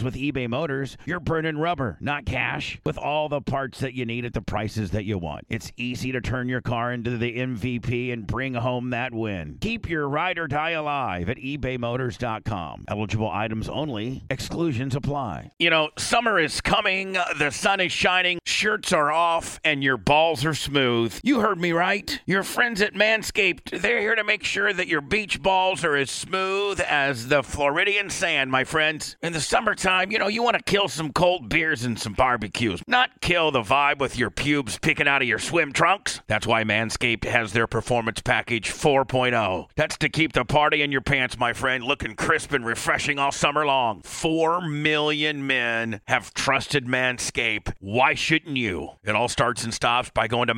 with eBay Motors, you're burning rubber, not cash. With all the parts that you need at the prices that you want, it's easy to turn your car into the MVP and bring home that win. Keep your ride or die alive at ebaymotors.com. Eligible items only, exclusions apply. You know, summer is coming, uh, the sun is shining, shirts are off, and your balls are smooth. You heard me right. Your friends at Manscaped, they're here to make sure that your beach balls are as smooth as the Floridian sand, my friends. In the summertime, you know, you want to kill some cold beers and some barbecues, not kill the vibe with your pubes picking out of your swim trunks. That's why Manscaped has their Performance Package 4.0. That's to keep the party in your pants, my friend, looking crisp and refreshing all summer long. Four million men have trusted Manscaped. Why shouldn't you? It all starts and stops by going to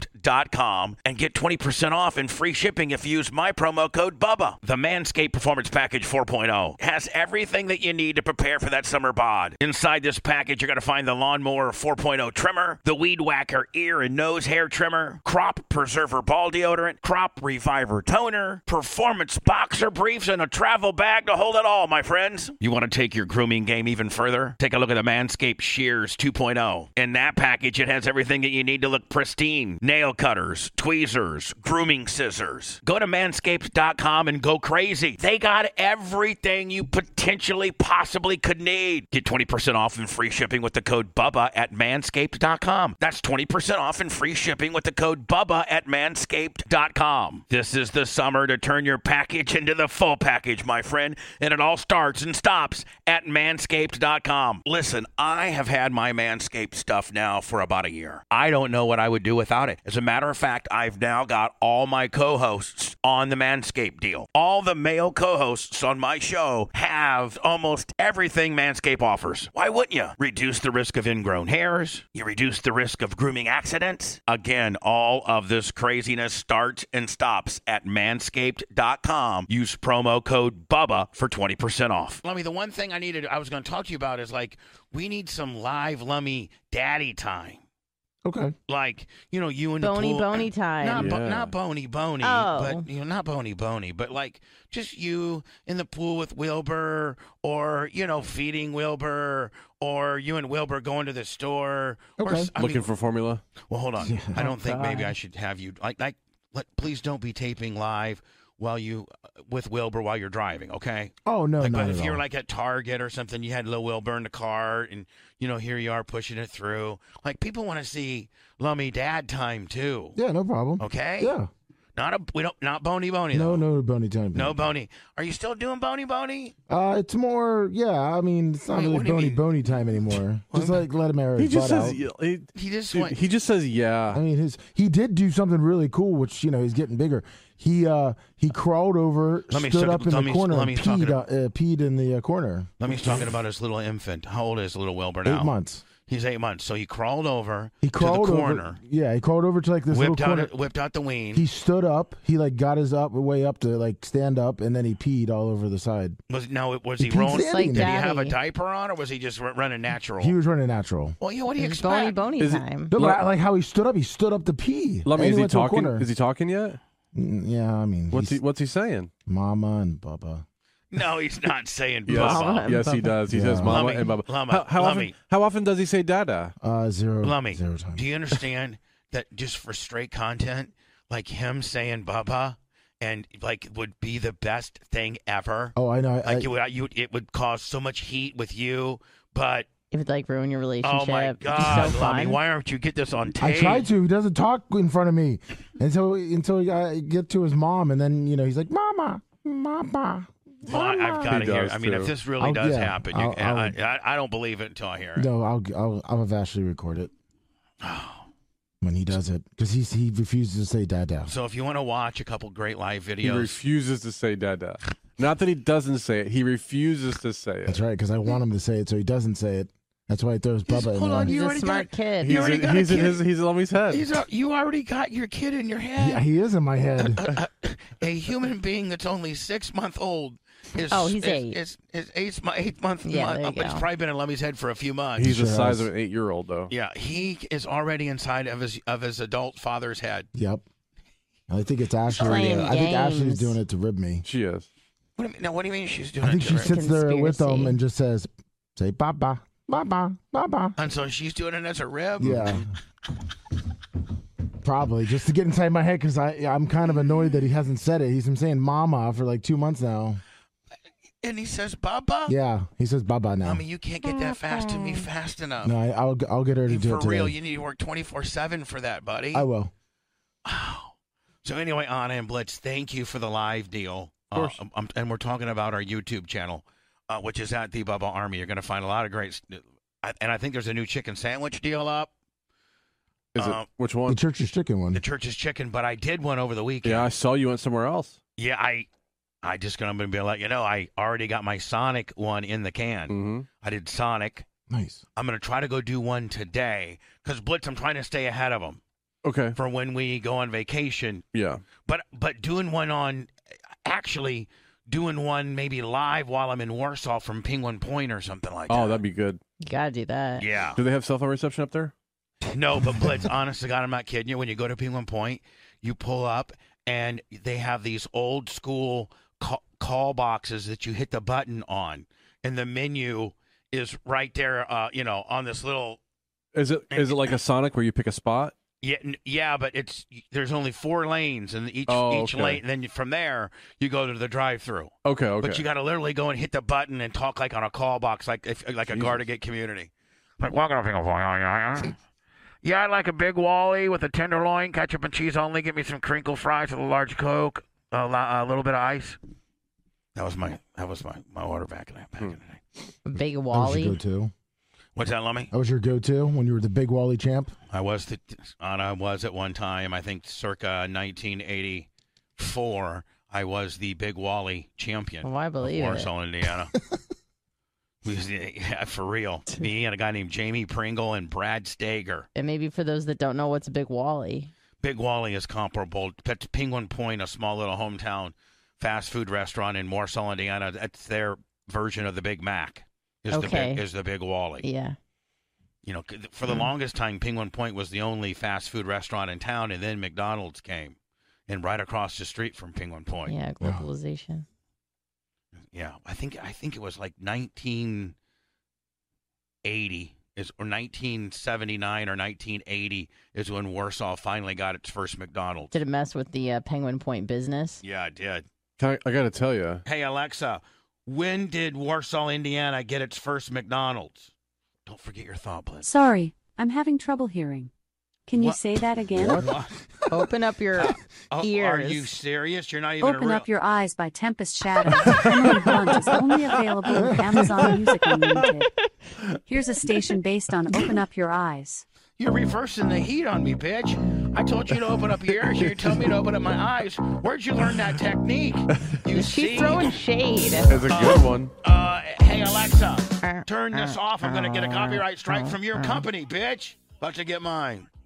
manscaped.com and get 20% off and free shipping if you use my promo code BUBBA. The Manscaped Performance Package 4.0 has everything that you need to prepare for that summer bod. Inside this package, you're going to find the Lawnmower 4.0 trimmer, the Weed Whacker ear and nose hair trimmer, Crop Preserver ball deodorant, Crop Reviver toner, Performance boxer briefs, and a travel bag to hold it all, my friends. You want to take your grooming game even further? Take a look at the Manscaped Shears 2.0. In that package, it has everything that you need to look pristine nail cutters, tweezers, grooming scissors. Go to manscaped.com and go crazy. They got everything you potentially possibly could need. Get 20% off and free shipping with the code BUBBA at manscaped.com. That's 20% off and free shipping with the code BUBBA at manscaped.com. This is the summer to turn your package into the full package, my friend, and it all starts and stops at manscaped.com. Listen, I have had my Manscaped stuff now for about a year. I don't know what I would do without it. As a matter of fact, I've now got all my co hosts on the Manscaped deal. All the male co hosts on my show have almost everything Manscaped offers. Why wouldn't you? Reduce the risk of ingrown hairs, you reduce the risk of grooming accidents. Again, all of this craziness starts and stops at manscaped.com. Use promo code BUBBA for 20% off. Lummy, the one thing I needed, I was going to talk to you about is like, we need some live Lummy daddy time. Okay. Like, you know, you and Bony, the pool. bony time. Not, bo- Yeah. not bony, bony, Oh. but you know, not bony, bony, but like just you in the pool with Wilbur, or you know, feeding Wilbur, or you and Wilbur going to the store. Or, Okay. s- I mean, Looking for formula. well, hold on. Yeah. I don't think maybe I Oh, God. should have you like like. Let, please don't be taping live while you uh, with Wilbur while you're driving. Okay. Oh no, Like, not but if at you were all. like at Target or something, you had Lil Will burn the car, and you know here you are pushing it through. Like people want to see Lummy Dad time too. yeah, no problem. Okay. Yeah. Not a we don't not bony bony. No, though. no bony time. no bony. Are you still doing bony bony? Uh, it's more. Yeah, I mean, it's not Wait, really what do you bony mean? bony time anymore. Just like let him air He his just butt says. out. He, He just dude, went. he just says yeah. I mean, his he did do something really cool, which you know he's getting bigger. He uh he crawled over, Let me stood suck- up in let the me- corner, let me and suck it peed, uh, uh, peed in the uh, corner. Let me talking about his little infant. How old is little Wilbur now? Eight months. He's eight months. So he crawled over He crawled to the over. corner, Yeah, he crawled over to like this whipped little out corner. whipped out the ween. He stood up. He like got his up way up to like stand up, and then he peed all over the side. was now it was he He rolling? did It's Daddy like now. Did he have a daddy. diaper on, or was he just r- running natural? He was running natural. well, yeah. What do you It's bony, expect? bony Is it- time. No, but I, like how he stood up. He stood up to pee. Let me. and Is he went to a talking? corner. Is he talking yet? Mm, yeah, I mean, What's he? he's What's he saying? Mama and Bubba. No, he's not saying Yes. Bubba. Mama. Yes, he does. He Yeah. says mama Lummy, and baba. lumma, how, how often? lummy. How often does he say dada? Uh, zero. Lummy, Zero time. do you understand that just for straight content, like him saying Bubba, and like would be the best thing ever. Oh, I know. I, Like it would, you, it would cause so much heat with you. But It would like ruin your relationship. oh my It'd be god, so Lummy, fun. why aren't you get this on I tape? tried to. He doesn't talk in front of me until until I get to his mom, and then you know he's like, "Mama, mama." Well, I, I've got to He hear. does, I mean, if too. this really I'll- does yeah, happen, you, I'll- and I'll- I, I, I don't believe it until I hear it. No, I'll I'll I'll have Ashley record it Oh. when he does it because he he refuses to say dad down. So if you want to watch a couple great live He videos, refuses to say dada. Not that he doesn't say it. He refuses to say it. That's right, because I want him to say it, so he doesn't say it. That's why he throws Bubba in hold there. on, He's You a already smart got- kid. You He's, already in, got a he's in kid. his he's in Lummi's head. He's al- you already got your kid in your He, head. he is in my head. A human being that's only six month old is Oh, he's is, eight. Is, is eight month eight month. Yeah, there you month- It's go. probably been in Lemmy's head for a few months. He's the Sure size has. of an eight year old though. yeah, he is already inside of his of his adult father's head. Yep. I think it's Ashley. Playing uh, I think Ashley's games. doing it to rib me. She is. What do you mean, now, what do you mean she's doing I think it she to her? sits there with them Conspiracy. and just says, "Say Baba, Baba, Baba." And so she's doing it as a rib. Yeah. Probably just to get inside my head because I I'm kind of annoyed that he hasn't said it. He's been saying "mama" for like two months now. And he says, "Baba, Yeah, he says "baba" now. Mommy, you can't get that fast to me fast enough. No, I, I'll I'll get her to And do for it today. real, you need to work twenty four seven for that, buddy. I will. So anyway, Anna and Blitz, thank you for the live deal. Of course. Uh, um, um, and we're talking about our YouTube channel, uh, which is at the Bubba Army. You're going to find a lot of great. s- uh, I, and I think there's a new chicken sandwich deal up. Is Uh, it which The one? church is chicken one. The church's chicken, but I did one over the weekend. Yeah, I saw you went somewhere else. Yeah, I, I just going to be like, you know, I already got my Sonic one in the can. Mm-hmm. I did Sonic. Nice. I'm going to try to go do one today because Blitz, I'm trying to stay ahead of them Okay. for when we go on vacation Yeah. but but doing one on actually doing one maybe live while I'm in Warsaw from Penguin Point or something like Oh, that. that'd be good. You gotta do that. yeah. Do they have cell phone reception up there? No, but Blitz, honest to God, I'm not kidding you. When you go to Penguin Point, you pull up and they have these old school call, call boxes that you hit the button on, and the menu is right there. Uh, you know, on this little Is it is it like a Sonic where you pick a spot? Yeah, n- yeah, but it's there's only four lanes, and each Oh, each okay. lane, and then you- from there you go to the drive-through. Okay. Okay. But you got to literally go and hit the button and talk like on a call box, like if, like a Jesus. Gardegate community. Like welcome to Pickle Boy. Oh, yeah, yeah. Yeah, I'd like a big Wally with a tenderloin, ketchup and cheese only. Give me some crinkle fries with a large Coke, a, li- a little bit of ice. That was my that was my, my order back in that back in the day. Big That was your Wally. go-to. What's that, Lummy? That was your go-to when you were the big Wally champ. I was the and I was at one time. I think circa 1984. I was the Big Wally champion. Well, I believe it. Warsaw, Indiana. We was- yeah, for real. Me and a guy named Jamie Pringle and Brad Stager. And maybe for those that don't know what's a big Wally. Big Wally is comparable. That's Penguin Point, a small little hometown fast food restaurant in Warsaw, Indiana. That's their version of the Big Mac. Is the Okay. big, is the Big Wally. Yeah. Mm-hmm. You know, c- for the longest time, Penguin Point was the only fast food restaurant in town, and then McDonald's came, and right across the street from Penguin Point. Yeah. Globalization. Yeah, I think I think it was like 1980 is or 1979 or 1980 is when Warsaw finally got its first McDonald's. Did it mess with the uh, Penguin Point business? Yeah, it did. Can I, I got to tell you. Hey Alexa, when did Warsaw, Indiana get its first McDonald's? Don't forget your thought, please. Sorry, I'm having trouble hearing. Can you What? say that again? Open up your. Uh, Oh, are Ears. you serious? You're not even a Open real. up your eyes by Tempest Shadow. Emily Blunt is only available with Amazon Music Unlimited. Here's a station based on Open Up Your Eyes. You're reversing the heat on me, bitch. I told you to open up your ears. You tell me to open up my eyes. Where'd you learn that technique? You see? She's throwing shade. It's a good one. uh, hey Uh, Alexa, turn this off. I'm gonna get a copyright strike from your company, bitch. About to get mine.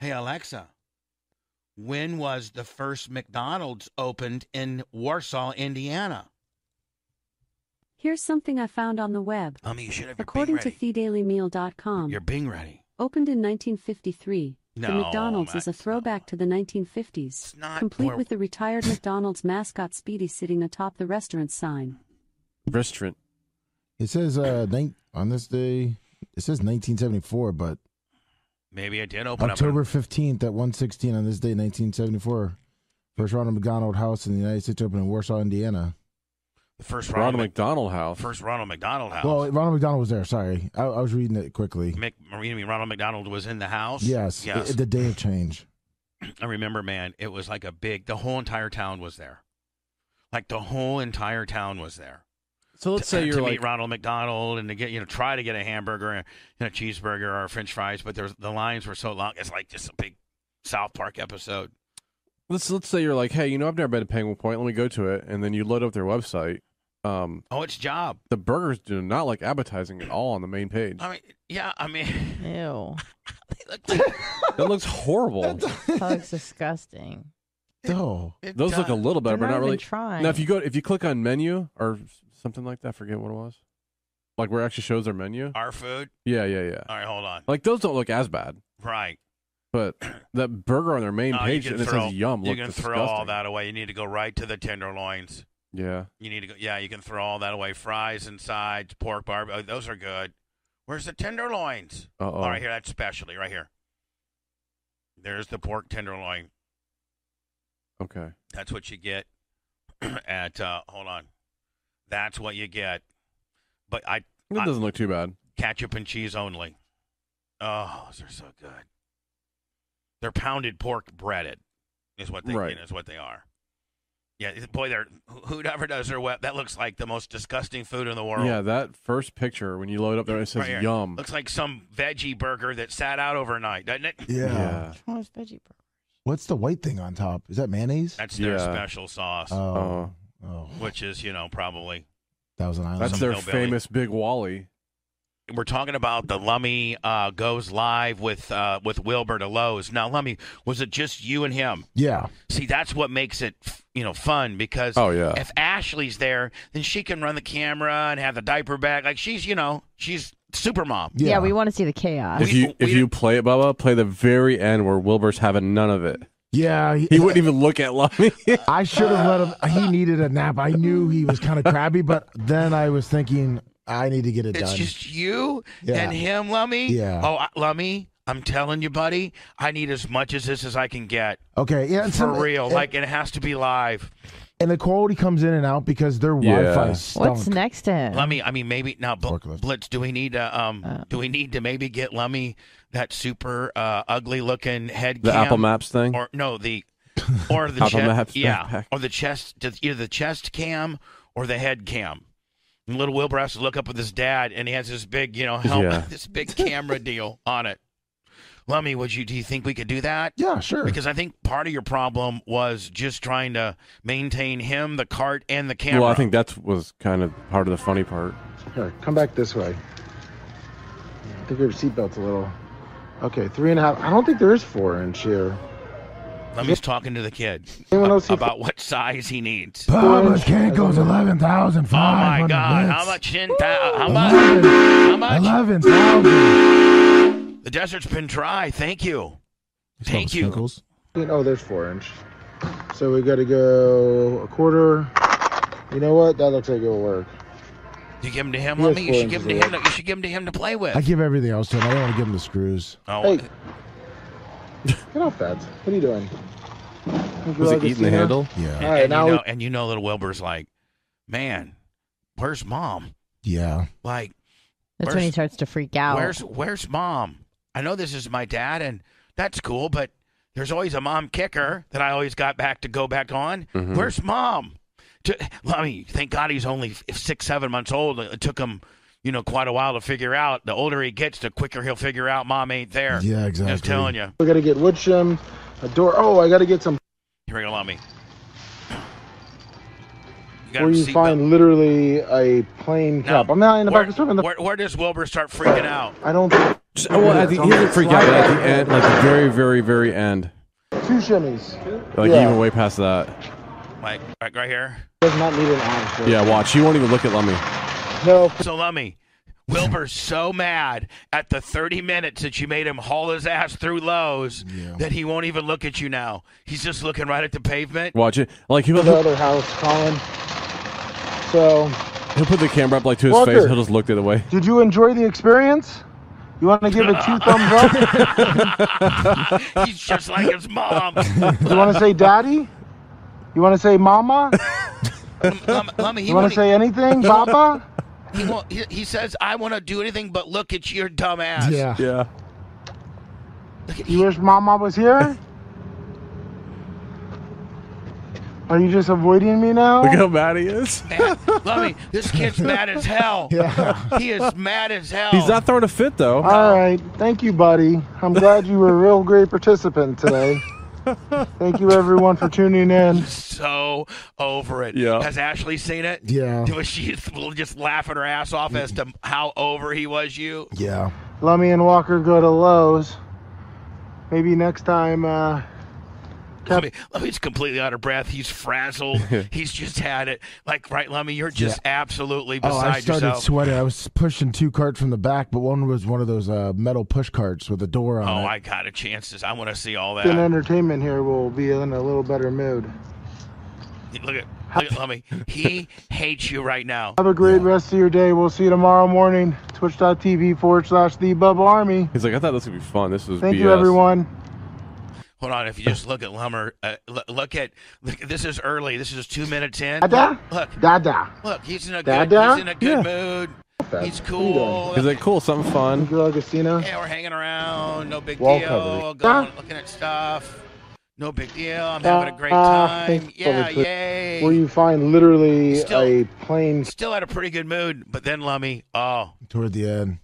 hey Alexa, when was the first McDonald's opened in Warsaw, Indiana? Here's something I found on the web. I mean, you should have your According Bing to ready. TheDailyMeal.com, your Bing ready. opened in 1953, the No, McDonald's is a Max, throwback no. to the 1950s, It's not complete more- with the retired McDonald's mascot Speedy sitting atop the restaurant sign. Restaurant. It says uh, nine on this day. It says 1974, but Maybe it did open October up. 15th at 1:16 on this day, 1974. First Ronald McDonald House in the United States opened in Warsaw, Indiana. The first Ronald Ronald, Mc- McDonald House. first Ronald McDonald house. Well, Ronald McDonald was there. Sorry, I, I was reading it quickly. Mick, you mean Ronald McDonald was in the house. Yes, yes. i- the day of change. I remember, man. It was like a big. The whole entire town was there. Like the whole entire town was there. So let's to, uh, say you're to like meet Ronald McDonald and to get you know try to get a hamburger and a cheeseburger or French fries, but there's the lines were so long. It's like just a big South Park episode. Let's let's say you're like, hey, you know, I've never been to Penguin Point. Let me go to it, and then you load up their website. Um, Oh, it's job. the burgers do not like advertising at all on the main page. I mean, yeah, I mean, Ew. It looks horrible. That looks disgusting. Oh, it Those look a does. little better, They're but not not even really. trying. Now, if you go, if you click on menu or something like that, I forget what it was, like where it actually shows their menu. our food. Yeah, yeah, yeah. All right, hold on. Like those don't look as bad, Right. but that burger on their main No, Oh, you page can and it throw- says yum. You look can disgusting. throw all that away. You need to go right to the tenderloins. Yeah, You need to go. Yeah, you can throw all that away. Fries and sides, pork barb. Oh, those are good. Where's the tenderloins? uh All right, oh, here. That's specialty right here. There's the pork tenderloin. okay. That's what you get at. Uh, hold on. That's what you get. But I That I- doesn't look too bad. ketchup and cheese only. Oh, those are so good. They're pounded pork breaded, is what they Right. is what they are. Yeah, boy, they're who- whoever does their web. That looks like the most disgusting food in the world. Yeah, that first picture when you load up there, it says Right here. yum. Looks like some veggie burger that sat out overnight, doesn't it? yeah. yeah. What's wrong with veggie burger? What's the white thing on top? Is that mayonnaise? That's their Yeah. special sauce, Uh, Oh, oh, which is you know probably that was an island. That's Some their hillbilly. famous big Wally. we're talking about the Lummy uh, goes live with uh, with Wilbur Lowe's. Now, Lummy, was it just you and him? yeah, See, that's what makes it you know fun because Oh yeah. if Ashley's there, then she can run the camera and have the diaper bag. Like she's, you know, she's super mom. yeah. we want to see the chaos. If you if we- you play it, Bubba, play the very end where Wilbur's having none of it. yeah. he- He wouldn't even look at Lummy. I should have let him. He needed a nap. I knew he was kind of crabby, but then I was thinking I need to get it It's done. just you Yeah. and him, Lummy. Yeah. Oh, I, Lummy, I'm telling you, buddy, I need as much as this as I can get okay, yeah, it's for some- real. and- like it has to be live, and the quality comes in and out because their Yeah. Wi-Fi stunk. What's next to him? Lummy. I mean, maybe now, Bl- Forklift. Blitz. Do we need to um? Uh. do we need to maybe get Lummy that super uh, ugly looking head? the cam? Apple Maps thing. or no the or the Apple chest Maps yeah backpack. or the chest the- either the chest cam or the head cam and little wilbur has to look up with his dad and he has this big you know helmet Yeah. this big camera deal on it lummy would you do you think we could do that Yeah, sure. because i think part of your problem was just trying to maintain him the cart and the camera well, I think that was kind of part of the funny part. Here, come back this way. I think your seatbelt's a little. Okay, three and a half. I don't think there is four inch here. lummy's talking to the kid Anyone else see about what size he needs Bahamas Kinko's eleven thousand oh five hundred. my god how much in ta- how much Eleven how much thousand. the desert's been dry thank you Thank you. four- Oh, there's four inch. So we got to go a quarter. You know what? That looks like it'll work. You give them to him, Yes, Lummy. You should boy, give them to boy. him. To, you should give them to him to play I with. give everything else to him. I don't want to give him the screws. Oh, Hey, get off that. What are you doing? Think you're Was allowed it to eating see the now? handle? and, Yeah, All right, and now you we- know, and you know, little Wilbur's like, man, where's mom? yeah. Like, That's when he where's- starts to freak out. where's where's mom? I know this is my dad, and that's cool, but there's always a mom kicker that I always got back to go back on. Mm-hmm. Mhm. Where's mom? To, Lummy, thank God he's only f- six, seven months old. It took him, you know, quite a while to figure out. The older he gets, the quicker he'll figure out mom ain't there. Yeah, exactly. Just telling you. We got to get wood shim, a door. Oh, I got to get some. Here we go, Lummy. You got Where him you seatbelt. find literally a plain No. cup. I'm not in the where, back of the store. I'm in the- where, where does Wilbur start freaking out? I don't. think- Just, well, at the, he didn't freak out, but at the end, like the very, very, very end, Two shimmies. like Yeah. even way past that. Like, like right here. Does not need an arm. Yeah, watch. He won't even look at Lummy. No. So Lummy, Wilbur's so mad at the 30 minutes that you made him haul his ass through Lowe's Yeah. that he won't even look at you now. He's just looking right at the pavement. Watch it. Like he'll the he'll other house, Colin. So, put the camera up like to his Walker. face. He'll just look the other way. did you enjoy the experience? You want to give it two thumbs up? He's just like his mom. You want to say daddy? You want to say mama? Lum- Lummy, he, You want won't, e- to say anything, papa? he, won't, he, he says, I want to do anything but look at your dumb ass. Yeah. Yeah. Look at- You wish mama was here? Are you just avoiding me Look now? how mad he is. Man, Lummy, this kid's mad as hell. Yeah. He is mad as hell. He's not throwing a fit though. All right. Thank you, buddy. I'm glad you were a real great participant today. Thank you, everyone, for tuning in. so over it. Yeah. Has Ashley seen it? Yeah. Was she just laughing her ass off as to how over he was you? Yeah. Lummy and Walker go to Lowe's. Maybe next time. Uh, Let me, let me just completely out of breath. He's frazzled. He's just had it. Like, right, Lummy, you're just absolutely Oh, I beside started yourself. sweating. I was pushing two carts from the back, but one was one of those uh, metal push carts with a door oh, on it. I got a chances. I want to see all that. in entertainment here, we'll be in a little better mood. Look at, look at Lummy. He hates you right now. Have a great rest of your day. We'll see you tomorrow morning. Twitch.tv forward slash the Bub Army. He's like, I thought this would be fun. This was Thank BS. you, everyone. Hold on. If you just look at Lummer, uh, l- look at look, this is early. This is two minutes in. Dada, Look, dada. look. He's in a good. Dada? He's in a good mood. He's cool. He's like, cool, something fun. Girl Agostino. Yeah, we're hanging around. No big Wall deal. coverage. Going, Huh? looking at stuff. No big deal. I'm having a great Uh, time. Yeah, where you- yay. Where you find literally Still- a plane. Still had a pretty good mood, but then Lummy, oh, Toward the end.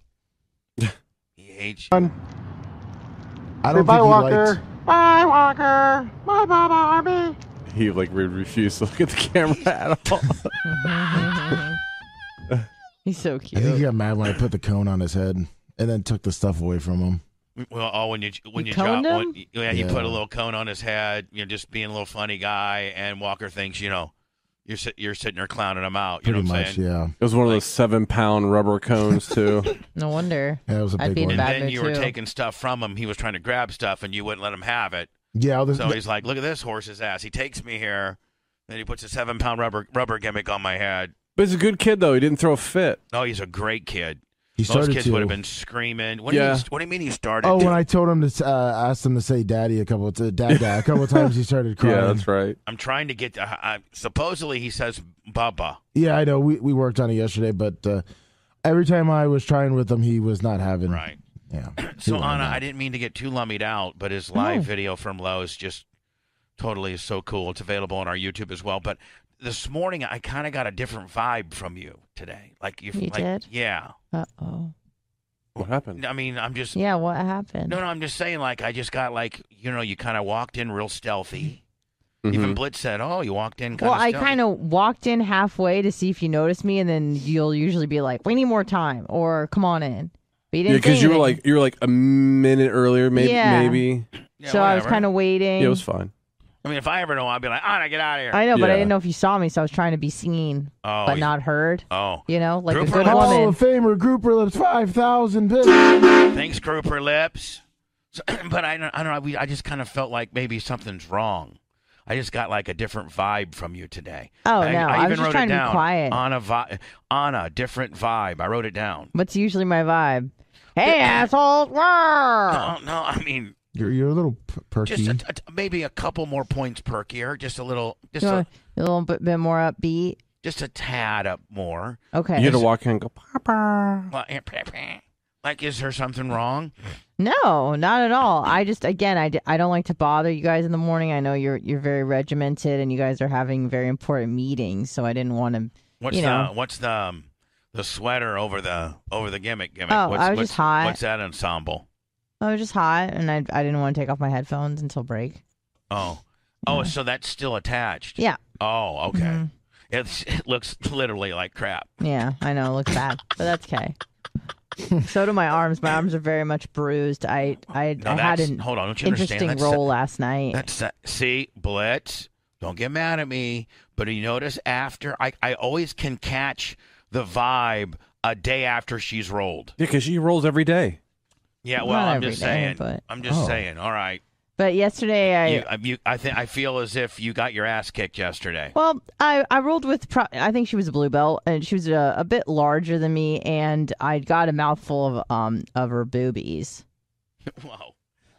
he hates you. I Say don't bye, think he Walker. liked. Bye, Walker. Bye, Bub Army. He like re- refused to look at the camera at all. He's so I think he cute. got mad when I put the cone on his head and then took the stuff away from him. Well, oh, when you when You you, drop, coned when, him? yeah, you Yeah. put a little cone on his head. You know, just being a little funny guy. And Walker thinks, you know, you're sit, you're sitting there clowning him out. You Pretty know what I'm much, saying? yeah. It was one of those seven pound rubber cones too. No wonder. Yeah, it was a I'd big be in one. And Bad then mood you were too. taking stuff from him. He was trying to grab stuff, and you wouldn't let him have it. Yeah, all this- So he's like, "Look at this horse's ass. He takes me here." Then he puts a seven-pound rubber rubber gimmick on my head. But he's a good kid though. He didn't throw a fit. No, he's a great kid. he Those started kids to. would have been screaming. What, do you Yeah. mean, what do you mean he started? oh, to? when I told him to uh, ask him to say "daddy" a couple of t- "dad, dad" a couple of times, he started crying. Yeah, that's right. I'm trying to get. I, I, supposedly he says Bubba. Yeah, I know. We we worked on it yesterday, but uh, every time I was trying with him, he was not having. Right. Yeah. So Anna, I didn't mean to get too lummied out, but his live video from Lowe's just totally is so cool. It's available on our YouTube as well. But this morning I kind of got a different vibe from you today. Like you, You like, did? Yeah. Uh oh. What happened? I mean, I'm just Yeah, what happened? no, no. I'm just saying. Like I just got like you know you kind of walked in real stealthy. Mm-hmm. Even Blitz said, "Oh, you walked in." Kinda well, I kind of walked in halfway to see if you noticed me, and then you'll usually be like, "We need more time," or "Come on in." But you Yeah, didn't because say you were anything. like you were like a minute earlier, maybe. Yeah. Maybe. so I was kind of waiting. Yeah, it was fun. I mean, if I ever know, I'd be like, "Anna, get out of here." I know, but I Yeah. didn't know if you saw me, so I was trying to be seen oh, but you- not heard. Oh, You know, like Grouper a good left. Oh, Hall woman. of Famer Grouper Lips five thousand bits. thanks, Grouper Lips. So, but I don't, I don't know. We, I just kind of felt like maybe something's wrong. I just got like a different vibe from you today. Oh, I, no, I was even just wrote trying it to be down. quiet. On a vi- on a different vibe. I wrote it down. What's usually my vibe? Hey, asshole! No, no. I mean, You're you're a little p- perky. just a, a, maybe a couple more points perkier. Just a little. Just You a, want a little bit, bit more upbeat. just a tad up more. eh, Okay. You had to walk in and go, Papa. Like, is there something wrong? No, not at all. I just again, I, d- I don't like to bother you guys in the morning. I know you're you're very regimented and you guys are having very important meetings, so I didn't want to. What's You the know. what's the um, the sweater over the over the gimmick gimmick? Oh, what's, I was what's, just hot. What's that ensemble? I was just hot and I I didn't want to take off my headphones until break. Oh, oh, so that's still attached. Yeah, Mm-hmm. Oh, okay. It's, it looks literally like crap. yeah, I know. It looks bad, but that's okay. so do my arms. My arms are very much bruised. I I No, I had that's- an hold on, don't you understand? interesting That's roll last night. That's that. See, Blitz, don't get mad at me, but you notice after I, I always can catch the vibe a day after she's rolled. Yeah, because she rolls every day. Yeah, Not well, I'm every just day, saying. but- I'm just Oh. saying. All right, But yesterday I you, I- you, I think I feel as if you got your ass kicked yesterday. Well, I, I rolled with, pro- I think she was a blue belt, and she was a, a bit larger than me, and I got a mouthful of um of her boobies. Whoa.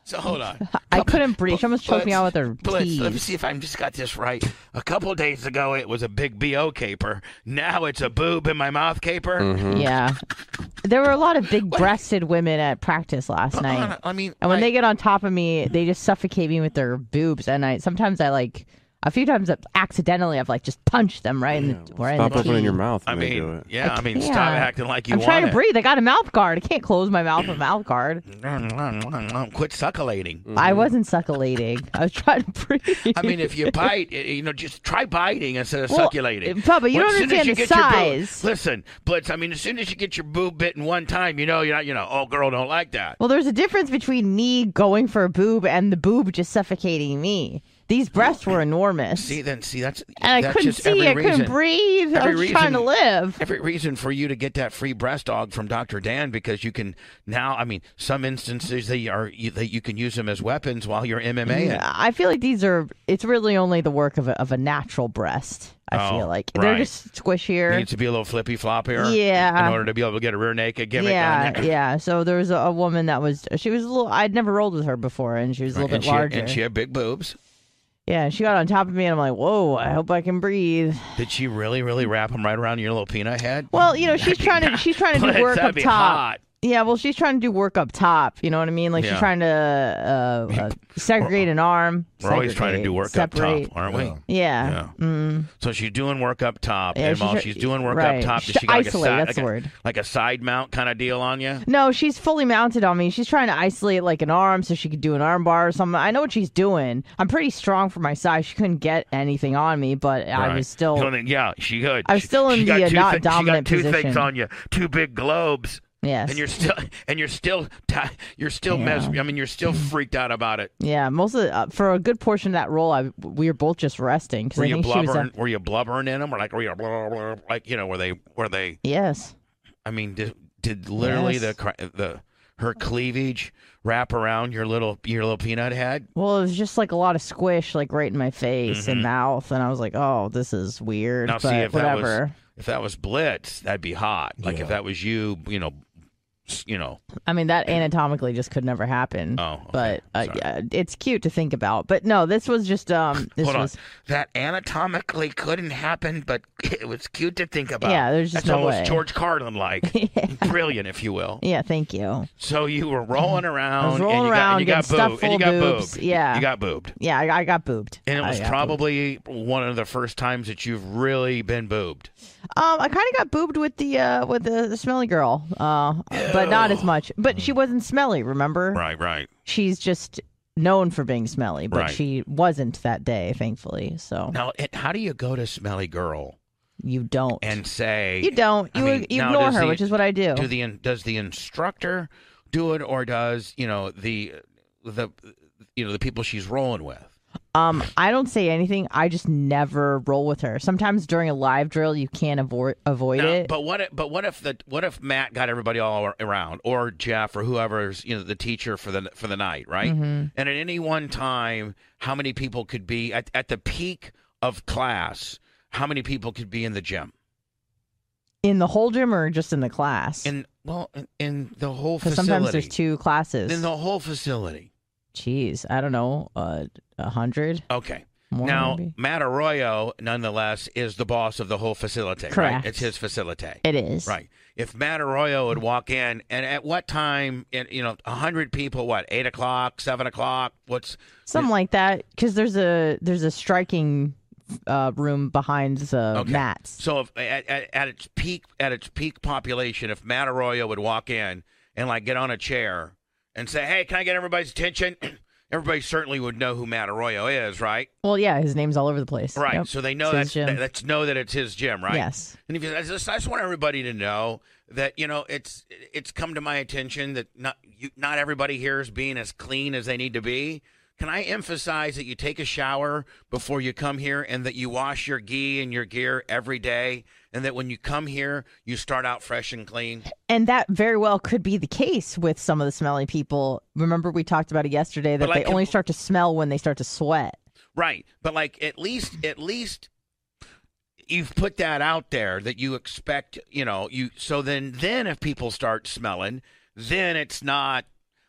So hold on. I couldn't breathe. She almost choked me Blitz, out with her Blitz, let me teeth. see if I just got this right. A couple days ago, it was a big bo caper. Now it's a boob in my mouth caper. Mm-hmm. Yeah. There were a lot of big breasted women at practice last But night. Anna, I mean, And Uh-uh. when like- they get on top of me, they just suffocate me with their boobs. And I sometimes I like, a few times I've accidentally I've like just punched them right in the, Yeah, well, right in stop the opening teeth. your mouth. I when they do mean, it. yeah, I, I mean, stop can't. acting like you I'm want trying to it. breathe. I got a mouth guard. I can't close my mouth with a mouth guard. Quit succulating. I wasn't succulating. I was trying to breathe. Mm-hmm. I mean, if you bite, i- you know, just try biting instead of Well, uh, succulating. Papa, you Well, don't as soon as understand you the get your boob- size. listen, Blitz. I mean, as soon as you get your boob bitten one time, you know, you're not, you know, oh, girl, don't like that. Well, there's a difference between me going for a boob and the boob just suffocating me. These breasts were enormous. See, then, see, that's and I that's couldn't just see, every I reason. couldn't breathe. I Every was trying to reason- live. Every reason for you to get that free breast dog from Dr. Dan because you can now. I mean, some instances they are you, that you can use them as weapons while you're MMA. Yeah, I feel like these are. It's really only the work of a, of a natural breast. I Oh, feel like they're right. just It squishier. needs to be a little flippy floppier. Yeah. In order to be able to get a rear naked gimmick on yeah, there. yeah. So there was a, a woman that was. She was a little. I'd never rolled with her before, and she was a little and bit she, larger. And she had big boobs. yeah, she got on top of me, and I'm like, "Whoa! I hope I can breathe." Did she really, really wrap them right around your little peanut head? Well, you know, she's trying to. She's trying to do Blitz, work that'd up be top. hot. Yeah, well, she's trying to do work up top. You know what I mean? Like Yeah. she's trying to uh, uh, segregate an arm. We're always trying to segregate, do work separate. up top, aren't we? Yeah. Mm. So she's doing work up top, Yeah, and she's while tr- she's doing work right. up top, does She's she got like a isolate, side, that's like the a, word. like a side mount kind of deal on you? No, she's fully mounted on me. She's trying to isolate like an arm so she could do an arm bar or something. I know what she's doing. I'm pretty strong for my size. She couldn't get anything on me, but I Right. was still. So then, yeah, she good. I was She- still in she got the, uh, two not thi- dominant She got two things position. on you, two big globes, yes. and you're still and you're still ti you're still Yeah. mes- I mean, you're still freaked out about it. yeah, most of the, uh, for a good portion of that role, I we were both just resting because Were I you think she was. blubbering? uh, were you blubbering in them, or like were you blah, blah, blah, like you know were they were they? yes. I mean, did, did literally the Yes. the the her cleavage wrap around your little your little peanut head? Well, it was just like a lot of squish, like right in my face and mouth, and I was like, "Oh, this is weird." Mm-hmm. Now, but see, if that was- whatever. If that was Blitz, that'd be hot. Like if that was you, you know, s- you know. I mean, that anatomically just could never happen. Oh, okay. but uh, Sorry. yeah, it's cute to think about. But no, this was just um, this Hold was on. That anatomically couldn't happen, but it was cute to think about. Yeah, there's just That's no almost way. George Carlin like. Brilliant, if you will. yeah. Thank you. So you were rolling around and you got, and rolling around, you got getting stuff boob- and you full got of boobs. boobed. Yeah. You got boobed. Yeah, I, I got boobed. And it I was got probably one of the first times that you've really been boobed. boobed. um, I kind of got boobed with the uh with the, the smelly girl, uh, but not as much. But she wasn't smelly. Remember, Mm. Right, right. she's just known for being smelly, but Right. she wasn't that day, thankfully. So Now, it, how do you go to Smelly Girl you don't. and say you don't. I You, mean, you now ignore does her, the- which is what I do. do the in- does the instructor do it or does you know the the you know the people she's rolling with? Um, I don't say anything. I just never roll with her. Sometimes during a live drill, you can't avoid avoid Now, it. But what? If, but what if the what if Matt got everybody all ar- around, or Jeff, or whoever's you know the teacher for the for the night, right? Mm-hmm. And at any one time, how many people could be at at the peak of class? How many people could be in the gym? in the whole gym or just in the class? In well, in, in the whole Because facility. sometimes there's two classes. In the whole facility. Jeez, I don't know, uh, a hundred Okay. more. now, maybe? Matt Arroyo, nonetheless, is the boss of the whole facility. Right? Correct. It's his facility. it is Right. If Matt Arroyo would walk in, and at what time? And you know, hundred people. What? Eight o'clock? Seven o'clock? What's? something like that. Because there's a there's a striking uh, room behind the Okay. mats. So if at, at, at its peak, at its peak population, if Matt Arroyo would walk in and like get on a chair and say, "Hey, can I get everybody's attention?" Everybody certainly would know who Matt Arroyo is, right? Well, yeah, his name's all over the place. Right. Yep. So they know It's his that's gym. that's know that it's his gym, right? Yes. And if you, I just, I just want everybody to know that you know it's it's come to my attention that not you, not everybody here is being as clean as they need to be. Can I emphasize that you take a shower before you come here, and that you wash your gi and your gear every day, and that when you come here, you start out fresh and clean? And that very well could be the case with some of the smelly people. Remember, we talked about it yesterday that But I they can- only start to smell when they start to sweat. Right, but like at least at least you've put that out there that you expect, you know, you so then then if people start smelling, then it's not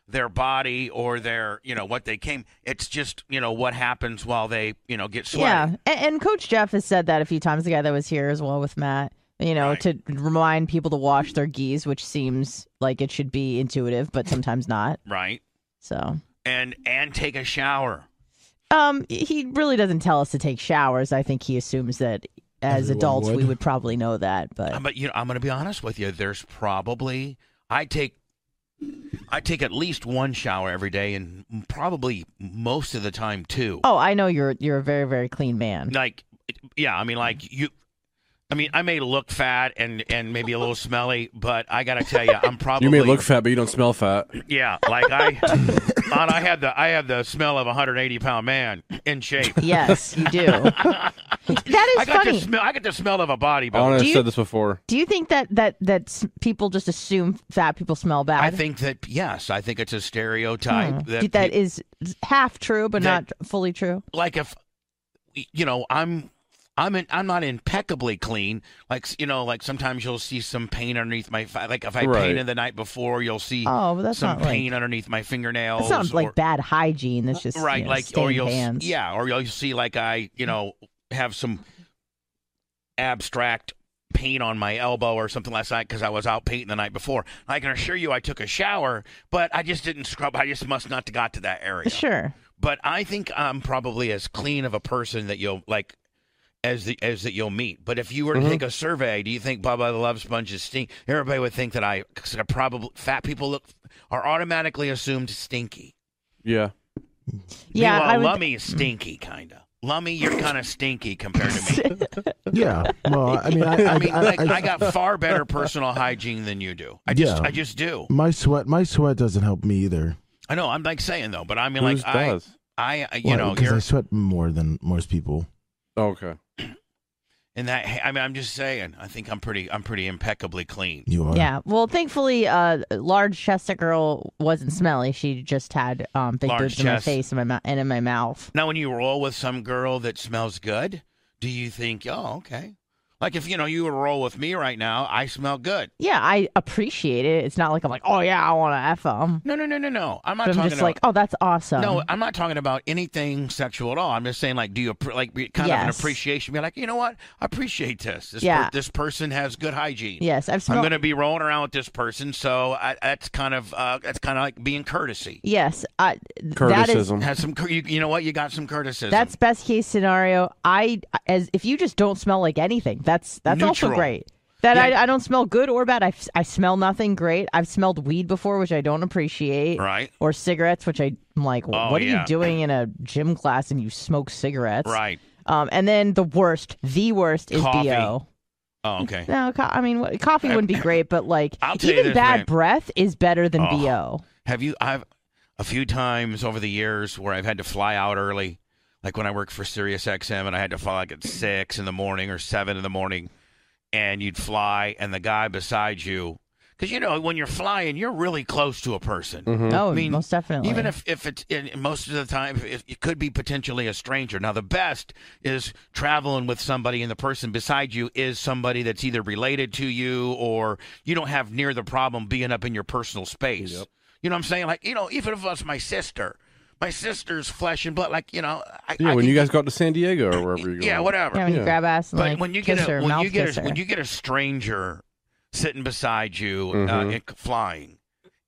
their body or their, you know, what they came. It's just, you know, what happens while they, you know, get sweaty. Yeah. And, and Coach Jeff has said that a few times, the guy that was here as well with Matt, you know, Right. to remind people to wash their geese, which seems like it should be intuitive, but sometimes not. Right? So. And and take a shower. Um, he really doesn't tell us to take showers. I think he assumes that as Everyone adults we would. would probably know that. But But you know, I'm going to be honest with you. There's probably I take I take at least one shower every day, and probably most of the time two. oh, I know you're you're a very very clean man. Like, yeah, I mean, like you. I mean, I may look fat and and maybe a little smelly, but I gotta tell you, I'm probably You may look fat, but you don't smell fat. yeah. Like I, on I had the I had the smell of a 180 pound man in shape. Yes, you do. that I is got funny. the smell. I got the smell of a I want bodybuilder. to Do have you- said this before. do you think that that that s- people just assume fat people smell bad? I think that yes, I think it's a stereotype Hmm. that Do- that is half true, but that- not fully true. like if you know i'm i'm in, i'm not impeccably clean like you know like sometimes you'll see some paint underneath my fi- like if i Right. painted the night before youll see Oh, but e, that's some not like paint underneath my fingernails that's not or- like bad hygiene. That's just right you know, like or stained you'll s- hands. yeah or you'll see like i you know have some abstract paint on my elbow or something last night because i was out painting the night before i can assure you i took a shower but i just didn't scrub i just must not have got to that area sure. but I think I'm probably as clean of a person that you'll like as the as that you'll meet. But if you were Mm-hmm. to take a survey, do you think Bubba the Love Sponge is stink? Everybody would think that I cause I probably fat people look are automatically assumed stinky. Yeah. Yeah, Meanwhile, I would. Lummy is mm. stinky, kind of. Lummy, you're kind of stinky compared to me. Yeah. Well, I mean, I, I, I mean, I- like, I- I got far better personal hygiene than you do. I just, Yeah. I just do. my sweat. My sweat doesn't help me either. I know. I'm like saying though, but I mean, Whose like, I, does? I, you know, because you're I sweat more than most people. Oh, okay. in that. I mean, I'm just saying. I think I'm pretty, I'm pretty impeccably clean. You are. Yeah. Well, thankfully, uh, large chested girl wasn't smelly. She just had um, big Large boobs in my chest. face and my mou- and in my mouth. Now, when you roll with some girl that smells good, do you think, oh, okay? Like if you know you were to roll with me right now, I smell good. Yeah, I appreciate it. It's not like I'm like, oh yeah, I want to f them. No, no, no, no, no. I'm not But I'm talking just about. like, oh, that's awesome. no, I'm not talking about anything sexual at all. I'm just saying, like, do you appre- like be- kind of an Yes. appreciation? Be like, you know what? I appreciate this. This, Yeah. this person has good hygiene. yes, I've I'm smelled. going to be rolling around with this person, so I, that's kind of uh, that's kind of like being courtesy. Yes, I, th- that is Courtesism. Has some, cour- you, you know what? You got some courtesy. that's best case scenario. I as if you just don't smell like anything, that's that's also Neutral. great. That Yeah. I, I don't smell good or bad. I, f- I smell nothing great. I've smelled weed before, which I don't appreciate. right, or cigarettes, which I- I'm like, Oh, what are yeah. you doing in a gym class and you smoke cigarettes? right. Um, and then the worst, the worst is Coffee. bo. Oh, okay. No, co- I mean what- coffee wouldn't be great, but like I'll tell you even this, bad man. breath is better than Oh. bo. Have you? I've a few times over the years where I've had to fly out early, like when I worked for SiriusXM and I had to fly like at six in the morning or seven in the morning, and you'd fly, and the guy beside you, because you know when you're flying, you're really close to a person. Mhm. Oh, I mean, most definitely. Even if, if it's in, most of the time, if, it could be potentially a stranger. Now, the best is traveling with somebody, and the person beside you is somebody that's either related to you or you don't have near the problem being up in your personal space. You know what I'm saying? Like, you know, even if it's my sister, my sister's flesh and blood, like, you know, I, Yeah, I when can- you guys got to San Diego or wherever you go. yeah, whatever. yeah, when you yeah. grab ass and But like when you get kiss her, a, when mouth you get kiss a, her. when you get a stranger sitting beside you uh, Mhm. in- flying,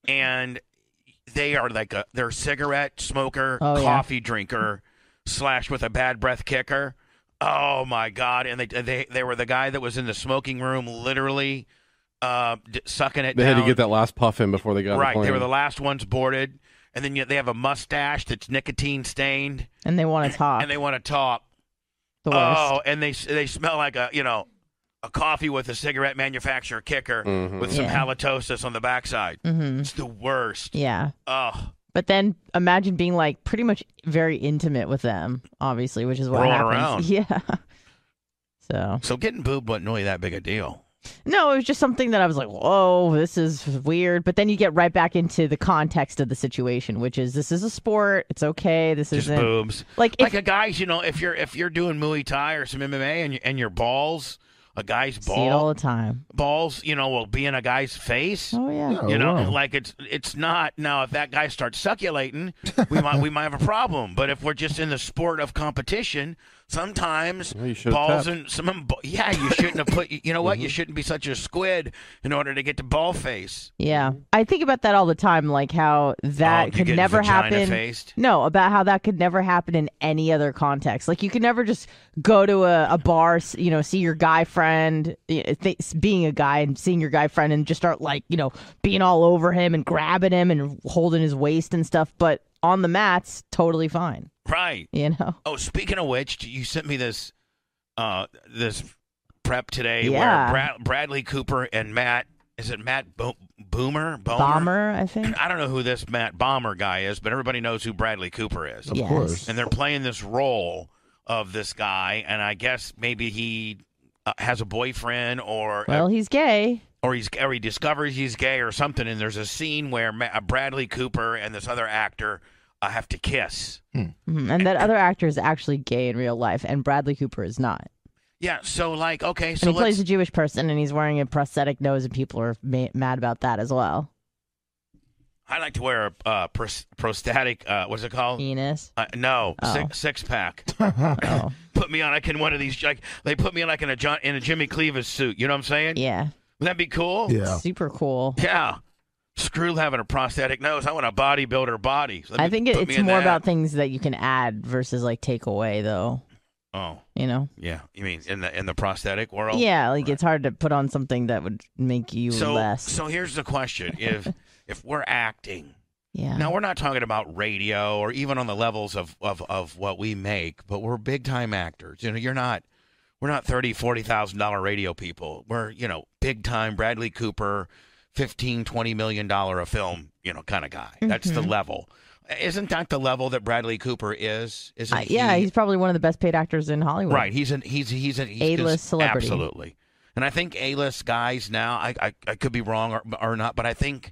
and they are like a they're a cigarette smoker, Oh, yeah. coffee drinker, slash with a bad breath kicker. Oh my god! And they they they were the guy that was in the smoking room, literally uh, d- sucking it. They had down. to get that last puff in before they got on right. The plane. They were the last ones boarded, and then you they have a mustache that's nicotine stained, and they want to talk. and they want to talk. the worst. Oh, and they they smell like a you know a coffee with a cigarette manufacturer kicker Mhm. with some Yeah. halitosis on the backside. Mm-hmm. It's the worst. Yeah. Oh, But then imagine being like pretty much very intimate with them, obviously, which is what Rolling around. happens. Yeah. So so getting booed wasn't really that big a deal. no, it was just something that I was like, "Whoa, this is weird." But then you get right back into the context of the situation, which is this is a sport. It's okay. This Just isn't boobs. like if like a guy's, you know, if you're if you're doing Muay Thai or some MMA and and your balls, a guy's see it all ball the time. balls, you know, will be in a guy's face. Oh yeah. Oh, You know, wow. like it's it's not now. If that guy starts succulating, we might we might have a problem. But if we're just in the sport of competition, Sometimes Yeah, you should balls have and some. em- Yeah, you shouldn't have put. You know what? Mm-hmm. You shouldn't be such a squid in order to get to ball face. Yeah. I think about that all the time, like how that Mm-hmm. Oh, you could get never vagina happen. Faced. No, about how that could never happen in any other context. Like you could never just go to a, a bar, s- you know, see your guy friend, y- uh, th- being a guy and seeing your guy friend and just start like, you know, being all over him and grabbing him and holding his waist and stuff. But on the mats, totally fine, Right. you know? Oh, speaking of which, you sent me this uh this prep today Yeah. where Brad- Bradley Cooper and Matt is it Matt Bo- Boomer Bomer? Bomber, I think. I don't know who this Matt Bomber guy is, but everybody knows who Bradley Cooper is. Of Yes. course. And they're playing this role of this guy and I guess maybe he uh, has a boyfriend or Well, he's gay. or he's or he discovers he's gay or something and there's a scene where Ma- uh, Bradley Cooper and this other actor uh, have to kiss. Mhm. And that other actor is actually gay in real life, and Bradley Cooper is not. Yeah, so like okay, so And he let's plays a Jewish person, and he's wearing a prosthetic nose, and people are ma- mad about that as well. I like to wear a uh, pros- prostatic. Uh, what's it called? Penis. Uh, no, Oh. six, six pack. Oh, Put me on like in one of these. Like, they put me on like in a John, in a Jimmy Cleavis suit. You know what I'm saying? yeah. Wouldn't that be cool? yeah. Super cool. Yeah. Screw having a prostatic nose. I want a bodybuilder body. Let I me- think it, put me it's in more that. about things that you can add versus like take away, though. Oh You know? yeah, you mean in the in the prosthetic world? yeah, like it's hard to put on something that would make you So less. so here's the question: If if we're acting, yeah. Now we're not talking about radio or even on the levels of, of, of what we make, but we're big time actors. You know, you're not we're not thirty, forty thousand dollar radio people. We're, you know, big time Bradley Cooper, fifteen, twenty million dollar a film, you know, kind of guy. That's Mm-hmm. the level. Isn't that the level that Bradley Cooper is? Isn't I- yeah, he- he's probably one of the best paid actors in Hollywood. Right. He's an he's he's an he's A-list just- celebrity. Absolutely. And I think A-list guys now. I I, I could be wrong or, or not, but I think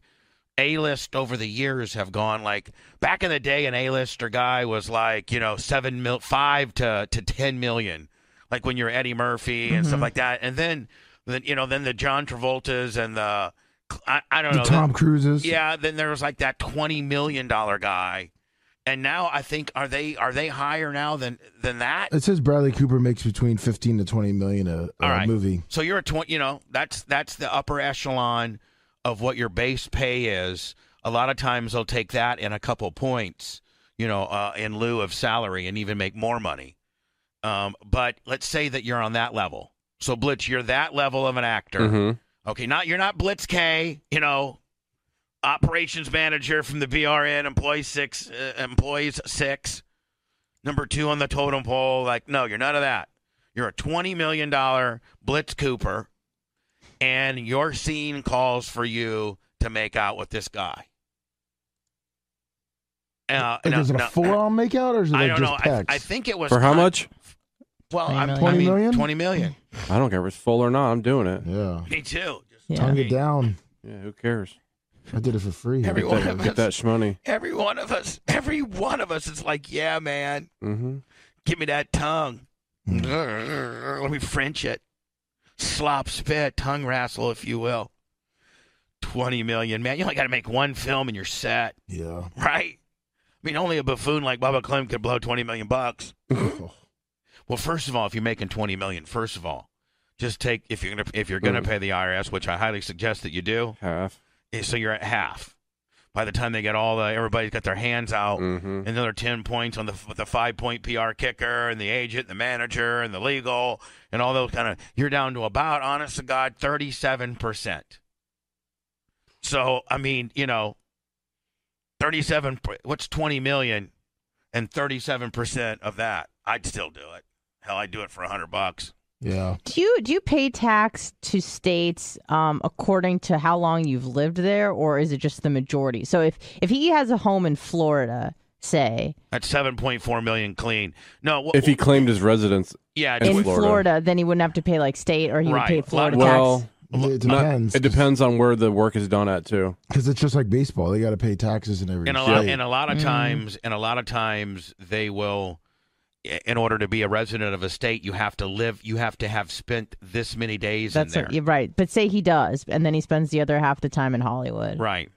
A-list over the years have gone like back in the day, an A-lister guy was like you know seven mil, five to to ten million, like when you're Eddie Murphy and Mm-hmm. stuff like that. And then then you know then the John Travoltas and the I, I don't The know the- Tom Cruises. yeah, then there was like that twenty million dollar guy, and now I think are they are they higher now than than that? It says Bradley Cooper makes between 15 to 20 million a, a All right. movie. So you're a twenty. You know, that's that's the upper echelon of what your base pay is. A lot of times they'll take that and a couple points, you know, uh, in lieu of salary, and even make more money. Um, but let's say that you're on that level. So Blitz, you're that level of an actor. Mhm. Okay, not you're not Blitz K. You know, operations manager from the BRN, employee six, uh, employees six, number two on the totem pole. Like, no, you're none of that. You're a twenty million dollar Blitz Cooper, and your scene calls for you to make out with this guy. Uh, Like, no, is it a no, full-on makeout or is it I like don't just know. I, pecs? I think it was For how con- much? Well, 20 I'm, I million? mean, 20 million? Twenty million. Mm-hmm. I don't care if it's full or not. I'm doing it. yeah. Me too. Just Yeah. Tongue it down. Mm-hmm. Yeah, who cares? I did it for free. Every Get one that, of us. get that shmoney. Every one of us, every one of us is like, yeah, man, Mm-hmm. give me that tongue. Let me French it. Slop, spit, tongue wrestle, if you will. 20 million, man. You only got to make one film and you're set, Yeah. right? I mean, only a buffoon like Bubba Clem could blow 20 million bucks. Well, first of all, if you're making 20 million, first of all, just take if you're gonna if you're gonna Mm. pay the IRS, which I highly suggest that you do, Half. eh, so you're at half. By the time they get all the everybody's got their hands out, Mm-hmm. another 10 points on the with the five point PR kicker and the agent, the manager, and the legal, and all those kind of. You're down to about, honest to God, 37%. So, I mean, you know, 37, pr- what's 20 million and 37% of that? I'd still do it. Hell, I'd do it for 100 bucks. Yeah. Do you do you pay tax to states um, according to how long you've lived there, or is it just the majority? So if if he has a home in Florida, say That's 7.4 million clean. No, wh- If he claimed his residence, yeah, It's in it's- Florida. Florida. then he wouldn't have to pay like state, or he Right. would pay Florida well, tax. It not- depends. it depends on where the work is done at too. Because it's just like baseball. They got to pay taxes and everything. and a lot Yeah. and a lot of Mm. times and a lot of times they will in order to be a resident of a state you have to live you have to have spent this many days That's in there a, yeah, right. But say he does, and then he spends the other half the time in Hollywood. right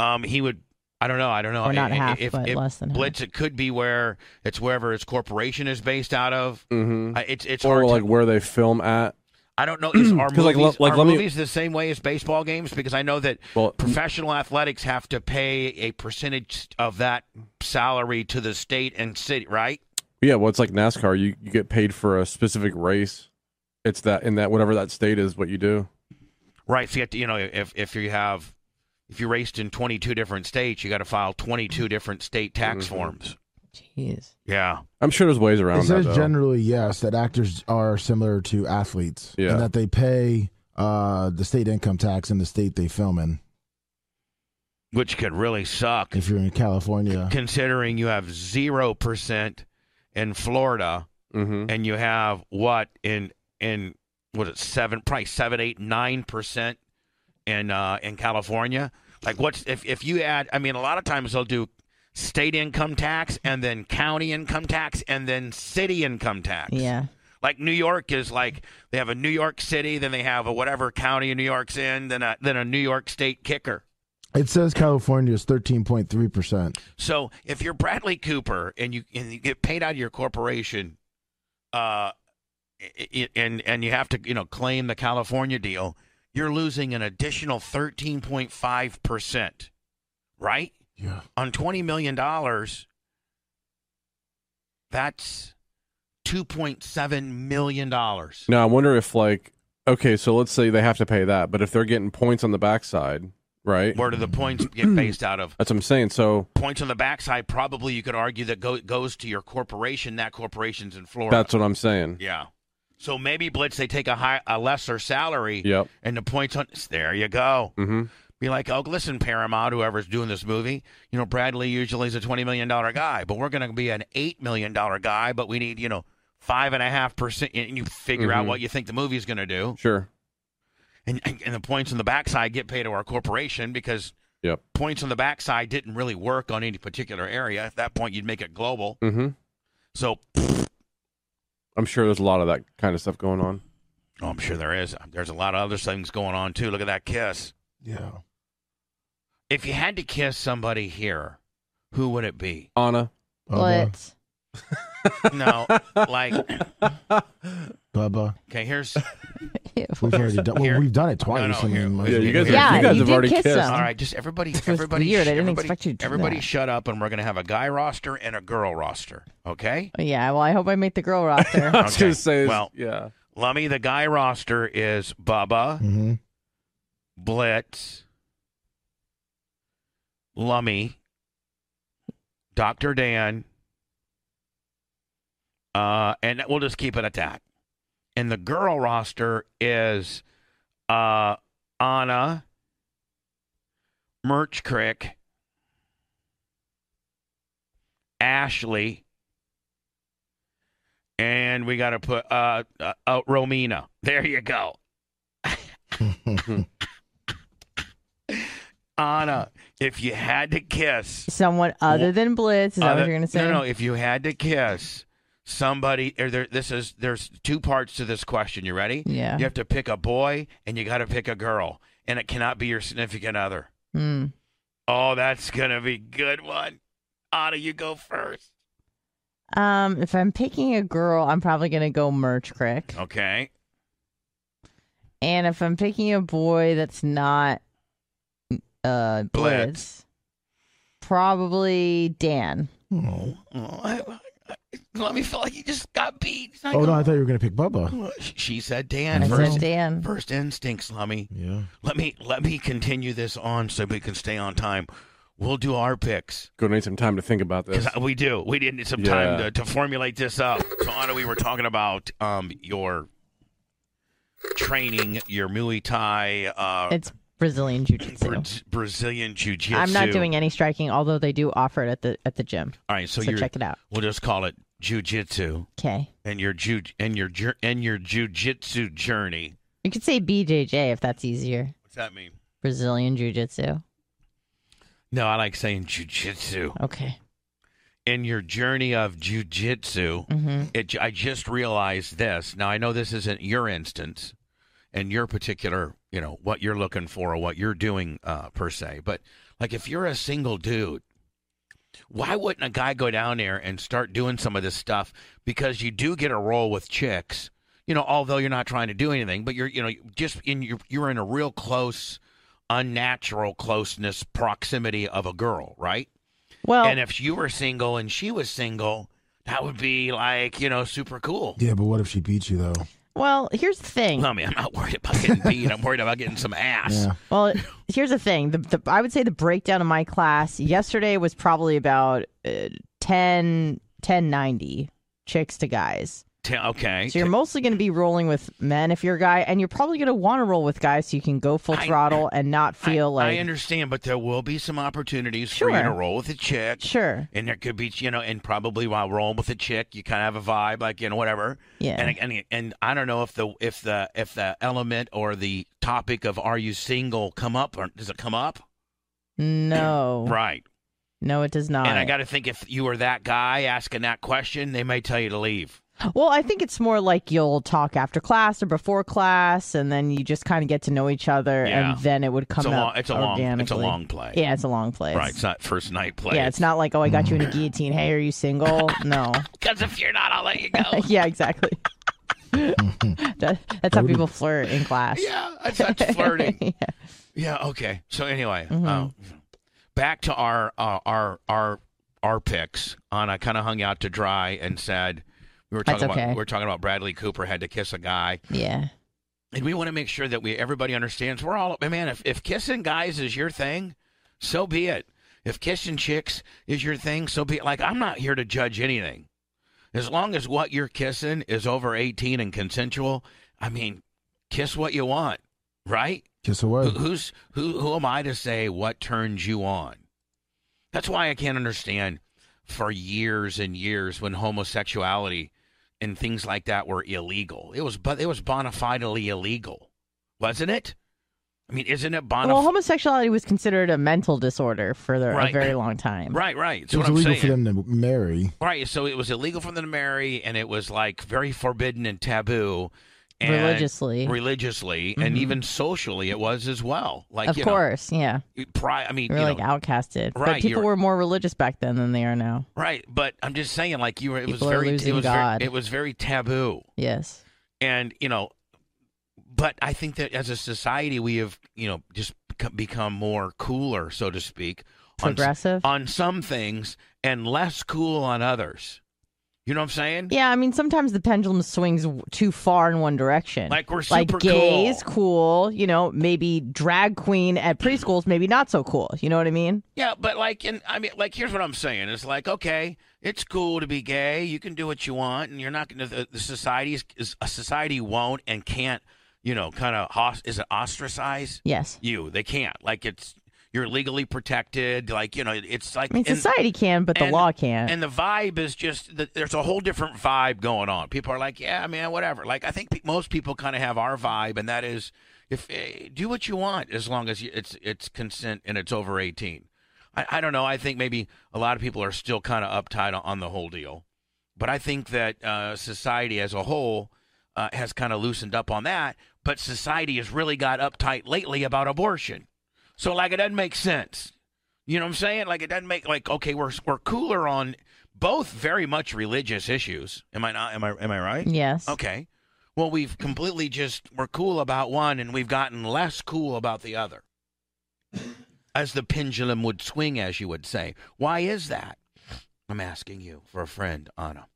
um he would I don't know. I don't know. Or not I- I- half, if, but if less than half. Blitz, it could be where it's wherever its corporation is based out of. Mm-hmm. I it's it's Or hard. like to, where they film at. I don't know. Is our 'Cause, like, movies, le- like, are let me- movies the same way as baseball games? Because I know that Well, professional athletics have to pay a percentage of that salary to the state and city, right? yeah. Well, it's like NASCAR. You you get paid for a specific race. It's that in that whatever that state is, what you do. Right. So you have to, you know, if if you have if you raced in 22 different states, you got to file 22 different state tax Mhm. forms. Jeez. Yeah. I'm sure there's ways around It says that. though. generally yes that actors are similar to athletes, Yeah. and that they pay uh, the state income tax in the state they film in. Which could really suck. If you're in California, considering you have 0% in Florida hmm and you have what in in what is it, seven probably seven eight nine percent in uh in California like what's if if you add I mean a lot of times they'll do state income tax and then county income tax and then city income tax Yeah. like New York is like they have a New York City then they have a whatever county New York's in then a then a New York state kicker it says California is thirteen point three percent. So if you're Bradley Cooper and you and you get paid out of your corporation, uh, i- i- and and you have to you know claim the California deal, you're losing an additional thirteen point five percent, right? Yeah, On twenty million dollars, that's two point seven million dollars. Now I wonder if like okay, so let's say they have to pay that, but if they're getting points on the backside, right? Where do the points get based out of? That's what I'm saying. So Points on the backside, probably you could argue that go, goes to your corporation. That corporation's in Florida. that's what I'm saying. Yeah. So maybe Blitz they take a high a lesser salary Yep. and the points on there you go. hmm Be like, oh listen, Paramount, whoever's doing this movie, you know, Bradley usually is a twenty million dollar guy, but we're gonna be an eight million dollar guy, but we need, you know, five and a half percent and you figure out Mhm. what you think the movie's gonna do. Sure. And and the points on the backside get paid to our corporation because Yep. points on the backside didn't really work on any particular area. At that point you'd make it global. hmm So I'm sure there's a lot of that kind of stuff going on. oh, I'm sure there is. There's a lot of other things going on too. Look at that kiss. yeah. If you had to kiss somebody here, who would it be? Anna. Bubba, Blitz. No, like Bubba. okay, here's Ew. We've already done. Well, Here. we've done it twice. no, I mean, here. like- Yeah, you guys. Are, Yeah, you guys you have did already kiss kissed. them. all right. Just everybody, This was everybody, weird. I didn't everybody, expect you to do everybody, that. shut up, and we're gonna have a guy roster and a girl roster. Okay, Yeah, well, I hope I make the girl roster. I was Okay, gonna say, well- well, yeah, Lummy. The guy roster is Bubba, Mhm. Blitz, Lummy, Doctor Dan, uh, and we'll just keep it at that. And the girl roster is uh, Anna, Merch Crick, Ashley, and we got to put uh, uh, uh, Romina. There you go. Anna, if you had to kiss Someone other than Blitz. Is that what other- you're going to say? Uh, No, no. If you had to kiss somebody, or there, this is there's two parts to this question. You ready? Yeah. You have to pick a boy, and you got to pick a girl, and it cannot be your significant other. Mm. Oh, that's gonna be good one. Anna, you go first. Um, if I'm picking a girl, I'm probably going to go Merch Crick. Oh. Okay. And if I'm picking a boy that's not uh Blitz, Blitz. probably Dan. Oh, Oh, I, I- let me feel like you just got beat. It's not Oh, no, I gonna- thought you were gonna pick Bubba. She- She said Dan I first. said Dan. First instinct, Slummy. Yeah. Let me let me continue this on so we can stay on time. We'll do our picks. gonna need some time to think about this. Because we do. We didn't need some Yeah. time to, to formulate this up. So, Anna, we were talking about um, your training, your Muay Thai, uh, It's Brazilian Jiu Jitsu. Braz- Brazilian Jiu Jitsu. I'm not doing any striking, although they do offer it at the at the gym. All right, so, So, you're. check it out. We'll just call it Jiu Jitsu Okay. and your Jiu and your jur- and your Jiu Jitsu journey. You could say BJJ if that's easier. What's that mean? Brazilian Jiu Jitsu. No, I like saying Jiu Jitsu. Okay. In your journey of Jiu Jitsu, hmm it, I just realized this. Now I know this isn't your instance and your particular, you know, what you're looking for or what you're doing uh, per se, but Like if you're a single dude, why wouldn't a guy go down there and start doing some of this stuff? Because you do get a role with chicks, you know. Although you're not trying to do anything, but you're you know just in your you're in a real close, unnatural closeness proximity of a girl, right? Well, And if you were single and she was single, that would be like you know super cool. Yeah, but what if she beat you though? well, here's the thing. I mean, I'm not worried about getting beat. I'm worried about getting some ass. Yeah. Well, here's the thing. The, the I would say the breakdown of my class yesterday was probably about uh, 10 1090 chicks to guys. T- okay. So you're mostly going to be rolling with men if you're a guy, and you're probably going to want to roll with guys so you can go full I- throttle and not feel I, like I understand, but there will be some opportunities for you to Sure. roll with a chick. sure. And there could be, you know, and probably while rolling with a chick, you kind of have a vibe, like you know, whatever. Yeah. And and and I don't know if the if the if the element or the topic of are you single come up or does it come up? No. Right. No, it does not. and I got to think if you were that guy asking that question, they may tell you to leave. Well, I think it's more like you'll talk after class or before class, and then you just kind of get to know each other, Yeah. and then it would come it's a long, out it's a long, it's a organically. long play. Yeah, it's a long play. Right. It's not first night play. Yeah, it's not like oh, I got you Mm. in a guillotine. Hey, are you single? No. because if you're not, I'll let you go. yeah, exactly. that, that's how people flirt in class. yeah, that's, that's flirting. Yeah. Yeah. Okay. So anyway, uh, Mhm. back to our uh, our our our picks. On I kind of hung out to dry and said we were That's talking okay. about we were talking about Bradley Cooper had to kiss a guy, Yeah. and we want to make sure that we everybody understands we're all man. If if kissing guys is your thing, so be it. If kissing chicks is your thing, so be it. Like I'm not here to judge anything. As long as what you're kissing is over 18 and consensual, I mean, kiss what you want, right? Kiss away. Who, who's who? Who am I to say what turns you on? That's why I can't understand for years and years when homosexuality and things like that were illegal. It was but it was bona fidely illegal, wasn't it? I mean, isn't it bona? Well, homosexuality was considered a mental disorder for the, Right. a very long time. right, right. That's it was what I'm illegal saying. for them to marry. Right. So it was illegal for them to marry, and it was like very forbidden and taboo. And Religiously. religiously, and Mhm. even socially, it was as well. Like of you course, yeah. know, pri- I mean, They were you know, like outcasted. Right, but people you're- were more religious back then than they are now. Right, but I'm just saying, like you were, it People was are very, it losing was God. very, it was very taboo, Yes. and you know, but I think that as a society, we have, you know, just become- become more cooler, so to speak, on s- Progressive. on some things and less cool on others. You know what I'm saying? yeah, I mean, sometimes the pendulum swings w- too far in one direction. Like we're like super gays, cool. cool. You know, maybe drag queen at preschools, maybe not so cool. You know what I mean? Yeah, but like, and I mean, like, here's what I'm saying: it's like, okay, it's cool to be gay. You can do what you want, and you're not going to. The, the society is, is a society won't and can't, you know, kind of is it ostracize Yes. you? They can't. Like, it's you're legally protected. Like, you know, it's like I mean, and- society can, but the and- law can't. And the vibe is just that there's a whole different vibe going on. People are like, yeah, man, whatever. Like I think pe- most people kind of have our vibe, and that is if eh, do what you want as long as you, it's it's consent and it's over 18. I, I don't know. I think maybe a lot of people are still kind of uptight on, on the whole deal, but I think that uh, society as a whole uh, has kind of loosened up on that. But society has really got uptight lately about abortion. So like it doesn't make sense. You know what I'm saying? Like it doesn't make like okay, we're we're cooler on both very much religious issues. Am I not? Am I am I right? yes. Okay. Well, we've completely just we're cool about one, and we've gotten less cool about the other, as the pendulum would swing, as you would say. Why is that? I'm asking you for a friend, Anna.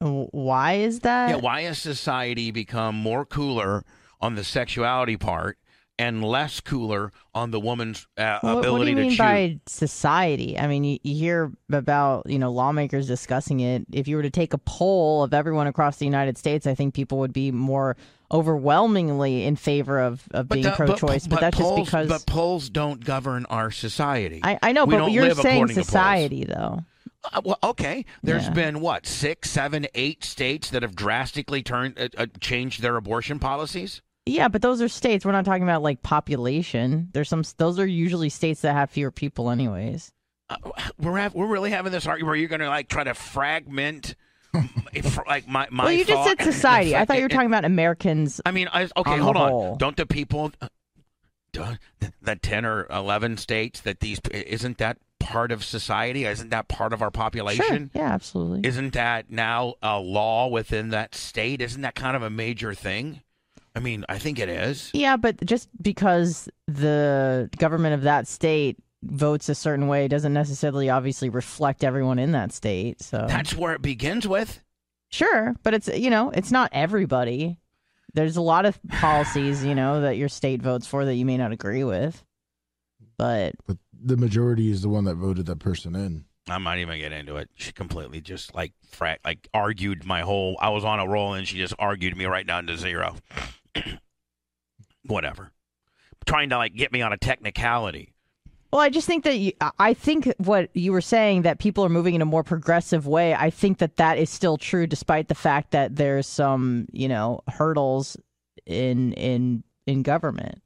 W- Why is that? Yeah, why has society become more cooler on the sexuality part and less cooler on the woman's uh, Wha- what, ability do you to mean choose? by society? I mean, you, you hear about you know lawmakers discussing it. If you were to take a poll of everyone across the United States, I think people would be more overwhelmingly in favor of, of being the- pro-choice. But, that's polls, just because but polls don't govern our society. I, I know. we But don't you're live saying according to polls. society, though. Uh, well, okay. There's Yeah. been what six, seven, eight states that have drastically turned uh, uh, changed their abortion policies. Yeah, but those are states. We're not talking about like population. There's some. Those are usually states that have fewer people, anyways. Uh, we're have, we're really having this argument where you're going to like try to fragment. if, like my my. well, you just thought- said society. I thought you were talking about Americans. I mean, I, okay, on the hold whole. on. Don't the people? uh, duh, th- the ten or eleven states that these isn't that part of society? Isn't that part of our Sure. population? Yeah, absolutely. Isn't that now a law within that state? Isn't that kind of a major thing? I mean, I think it is. Yeah, but just because the government of that state votes a certain way doesn't necessarily obviously reflect everyone in that state. So That's where it begins with. sure, but it's you know, it's not everybody. There's a lot of policies, you know, that your state votes for that you may not agree with. But But the majority is the one that voted that person in. I might even get into it. She completely just like fra- like argued my whole. I was on a roll and she just argued me right down to zero. Whatever, trying to like get me on a technicality. Well, I just think that you, I- I think what you were saying that people are moving in a more progressive way. I think that that is still true, despite the fact that there's some you know hurdles in in in government,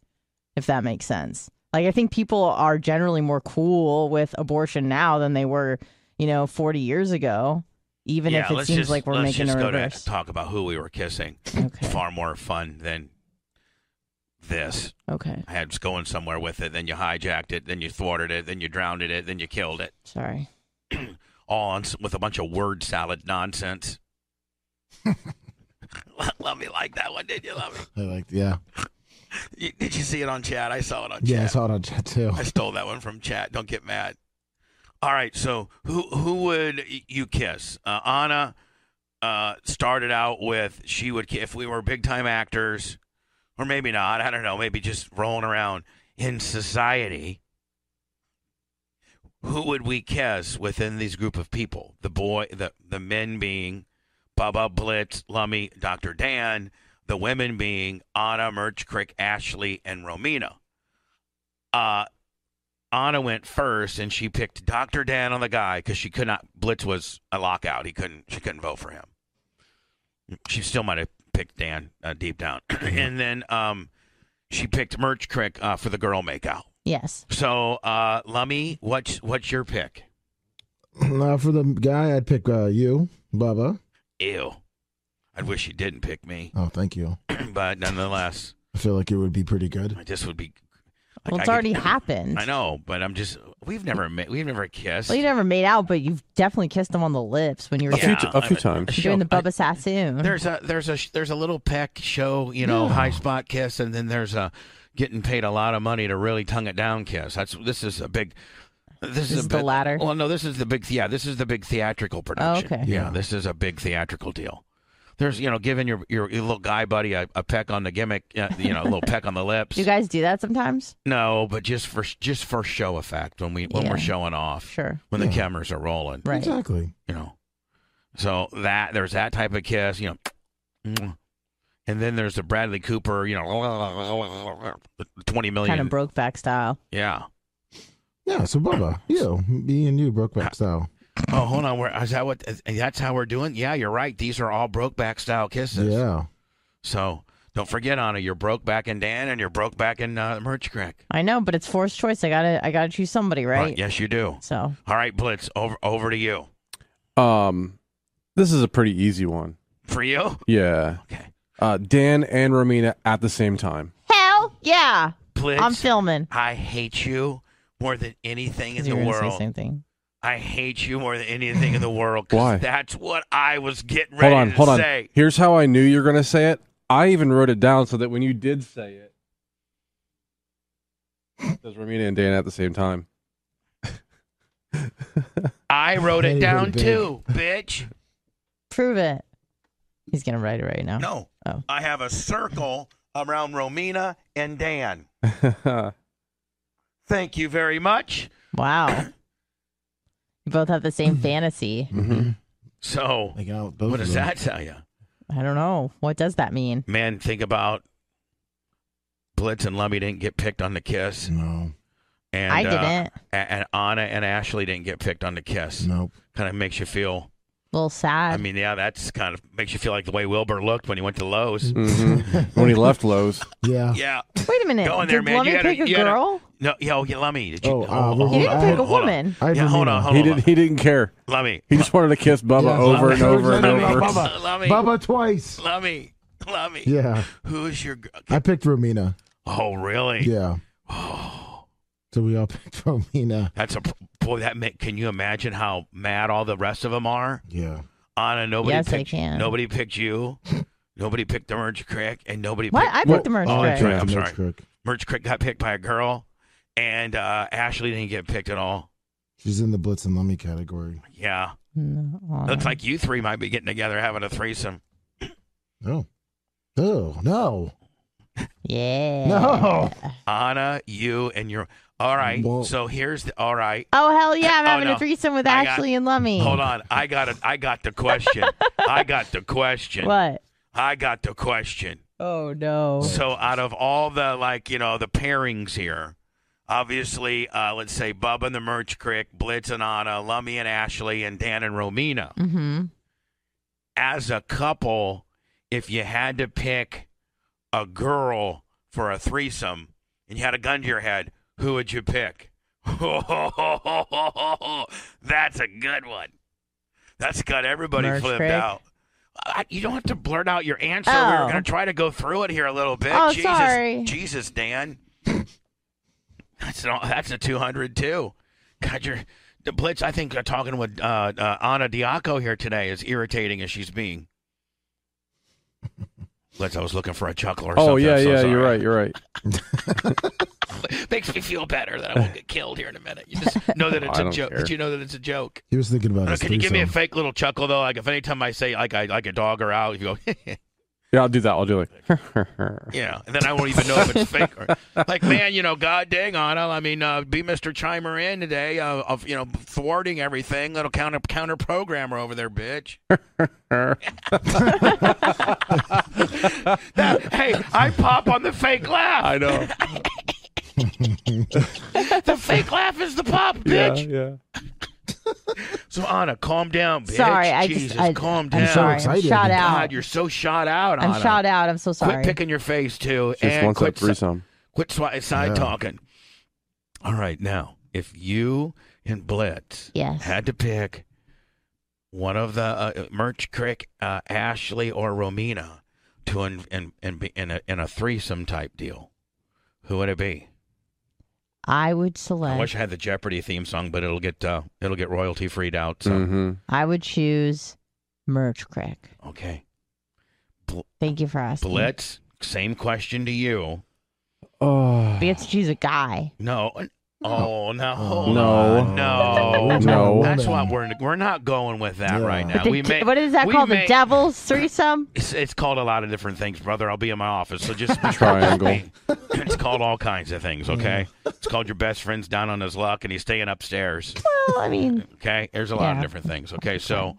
if that makes sense. Like I think people are generally more cool with abortion now than they were you know 40 years ago, even yeah, if it let's seems just, like we're let's making just a go reverse. to talk about who we were kissing. okay. Far more fun than this. Okay. I had just going somewhere with it. Then you hijacked it. Then you thwarted it. Then you drowned it. Then you killed it. Sorry. all on, s- with a bunch of word salad nonsense. love me like that one, did you? Love I like, yeah, me. You- Did you see it on chat? I saw it on yeah. I chat. saw it on chat too. I stole that one from chat. Don't get mad. All right, so who who would y- you kiss? Uh, Anna uh, started out with she would ki- if we were big time actors, or maybe not. I don't know. Maybe just rolling around in society. Who would we kiss within these group of people? The boy, the the men being Bubba Blitz, Lummy, Doctor Dan. The women being Anna, Merch, Crick, Ashley, and Romina. Uh, Anna went first, and she picked Doctor Dan on the guy because she could not. Blitz was a lockout. He couldn't. She couldn't vote for him. She still might have picked Dan uh, deep down, Mm-hmm. and then um, she picked Merch Crick uh, for the girl makeout. Yes. So, uh, Lummy, what's what's your pick? Now for the guy, I'd pick uh, you, Bubba. Ew, I wish you didn't pick me, Oh, thank you. but nonetheless, I feel like it would be pretty good. this would be. Well, like, it's I already could- happened. I know, but I'm just. We've never met. We've never kissed. Well, you never made out, but you've definitely kissed them on the lips when you were A few, Yeah, t- a few I- times. doing the Show- I- Bubba Sassoon. There's a there's a there's a little peck show, you know, high spot kiss, and then there's a getting paid a lot of money to really tongue it down kiss. That's this is a big. This, is, is a the bit- latter? Oh, Well, no, this is the big. Yeah, this is the big theatrical production. okay. Yeah, Yeah. this is a big theatrical deal. There's you know giving your your, your little guy buddy a, a peck on the gimmick, uh, you know, a little peck on the lips. Do you guys do that sometimes? no, but just for just for show effect when we when Yeah. we're showing off Sure. when Yeah. the cameras are rolling Right. Exactly. you know. So that there's that type of kiss, you know. And then there's the Bradley Cooper, you know, the twenty million. Kind of broke back style. yeah. Yeah. So Bubba, you, me and you, Brokeback style. Oh, hold on. Where is that? What? That's how we're doing. Yeah, you're right. These are all Brokeback style kisses. Yeah. So don't forget, Anna, you're Brokeback and Dan, and you're Brokeback and uh, Merch Crack. I know, but it's forced choice. I gotta, I gotta choose somebody, right? yes, you do. So All right, Blitz. Over, over to you. Um, this is a pretty easy one. For you. Yeah. Okay. Uh, Dan and Romina at the same time. hell yeah, Blitz. I'm filming. I hate you more than anything in You the were gonna say the world. same thing. I hate you more than anything in the world. 'cause Why? That's what I was getting Hold ready on, to hold on. say. Here's how I knew you're gonna say it. I even wrote it down so that when you did say it, it says Romina and Dan at the same time. I wrote Very, it very down big. too, bitch. Prove it. He's gonna write it right now. No, Oh. I have a circle around Romina and Dan. Thank you very much. Wow. you both have the same fantasy. Mhm. So, Like out both what of does them. that tell you? I don't know. What does that mean? Man, think about Blitz and Lummy didn't get picked on the kiss, No. and I uh, didn't. a- and Anna and Ashley didn't get picked on the kiss. Nope. Kind of makes you feel. A little sad. I mean, yeah, that's kind of makes you feel like the way Wilbur looked when he went to Lowe's. Mhm. when he left Lowe's, Yeah. Yeah. Wait a minute. Go in Did there, man. Lummi You gotta- pick a you gotta- girl? No, yo, yeah, Lummy. Did you? Oh, uh, hold- hold we're- You on, didn't pick a hold on. woman. I Yeah, hold Romina. on, hold he on. didn't. He didn't care. Lummy. He just wanted to kiss Bubba Yeah, over and Bubba. over and No, no, over. no, Bubba. Lummy. Bubba twice. Lummy. Lummy. Yeah. Who's your? g- I picked Romina. Oh, really? Yeah. So we all picked Romina. That's a boy. That ma- can you imagine how mad all the rest of them are? Yeah. Anna, nobody Yes, I picked can. nobody picked you. nobody picked the merge crick, and nobody What? picked I Well, picked the merch oh, trick. that's right. I'm Mitch sorry. Crook. merge crick got picked by a girl, and uh, Ashley didn't get picked at all. She's in the Blitz and Lummy category. Yeah, Mm, aw. looks like you three might be getting together having a threesome. No. No. No. yeah. Oh. No. Anna, you, and your. All right. Whoa. So here's the. All right. Oh hell yeah! I'm Oh, having no. a threesome with I got- Ashley and Lummy. Hold on. I got it. I got the question. I got the question. What? I got the question. Oh no. So out of all the like, you know, the pairings here, obviously, uh, let's say Bubba and the Merch Crick, Blitz and Anna, Lummy and Ashley, and Dan and Romina. Mm-hmm. As a couple, if you had to pick a girl for a threesome and you had a gun to your head, who would you pick? That's a good one. That's got everybody Merch flipped Crick? out. I, you don't have to blurt out your answer. We Oh. were going to try to go through it here a little bit. Oh, Jesus, sorry. Jesus, Dan. that's an, that's a two hundred too. God, you're the blitz. I think uh, talking with uh, uh, Anna Diaco here today is irritating as she's being. Blitz, I was looking for a chuckle or something. Oh yeah, I'm so yeah. sorry. You're right. You're right. Makes me feel better that I won't get killed here in a minute. You just know that No, it's Oh, I a don't joke. care. Did you know that it's a joke? He was thinking about Uh, his can you give me a threesome. fake little chuckle though? Like if anytime I say like I like a dog or out, you go Yeah, I'll do that. I'll do like. yeah, and then I won't even know if it's fake or like man, you know, god dang on I mean, uh, be Mister Chimer in today uh, of you know thwarting everything, little counter counter programmer over there, bitch. hey, I pop on the fake laugh. I know. The fake laugh is the pop, Yeah, bitch. yeah. So Anna, calm down, bitch. Sorry, I Jesus, just I, calm down. I'm sorry. I'm excited. shot out. God, you're so shot out. I'm Anna. shot out. I'm so sorry. Quit picking your face too, Just and wants quit that si- threesome. Quit swi- side Yeah. talking. All right, now if you and Blitz Yes. had to pick one of the uh, Merch Crick, uh, Ashley, or Romina to in in in, be in a in a threesome type deal, who would it be? I would I select. wish I had the Jeopardy theme song, but it'll get uh, it'll get royalty freed out. So hmm I would choose Merch Crick. okay, Thank you for asking. Blitz. Same question to you. Oh. We have to choose a guy. No. Oh no! Oh, No. no, No. That's what we're we're not going with that Yeah. right But now. The we d- may, what is that we called? may- The Devil's threesome? It's, it's called a lot of different things, brother. I'll be in my office, so just be- Triangle. It's called all kinds of things. Okay, it's called your best friend's down on his luck and he's staying upstairs. well, I mean, Okay, there's a lot of Yeah. different things. Okay, so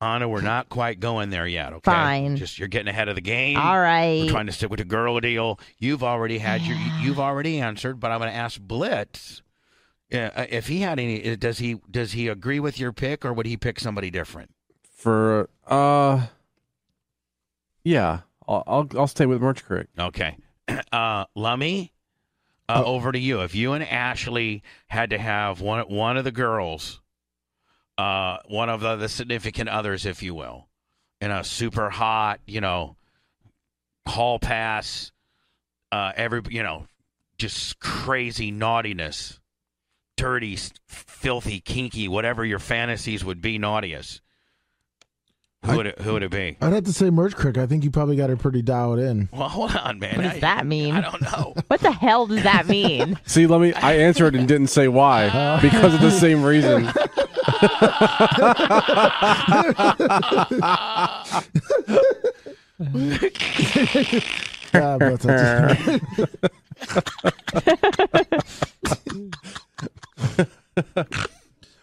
Anna, we're not quite going there yet. Okay, Fine. Just you're getting ahead of the game. all We're right. trying to stick with the girl deal. You've already had your, you've already answered, but I'm going to ask Blitz uh, if he had any. uh, Does he does he agree with your pick, or would he pick somebody different? For uh, yeah. I'll I'll, I'll stay with Merch Crick. Okay, uh, Lummy, uh, Oh. over to you. If you and Ashley had to have one one of the girls, uh, one of the, the significant others, if you will, in a super hot, you know, hall pass, uh, every you know, just crazy naughtiness, dirty, s- filthy, kinky, whatever your fantasies would be naughtiest. Who I- would it, who would it be? I'd have to say Merch Crick. I think you probably got her pretty dialed in. Well, hold on, man. What does I- that mean? I don't know. What the hell does that mean? See, let me. I answered and didn't say why because of the same reason. Yeah, but I just-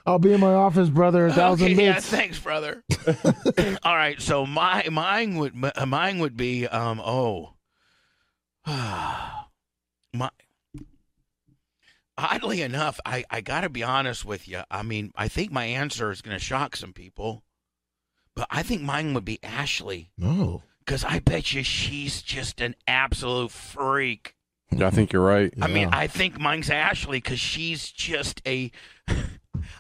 I'll be in my office, brother. A thousand Okay, yeah, bits. thanks, brother. All right, so my mine would m- mine would be um oh, my. Oddly enough, I I gotta be honest with you. I mean, I think my answer is gonna shock some people, but I think mine would be Ashley No. because I bet you she's just an absolute freak. Yeah, I think you're right. I mean, Yeah. I think mine's Ashley because she's just a.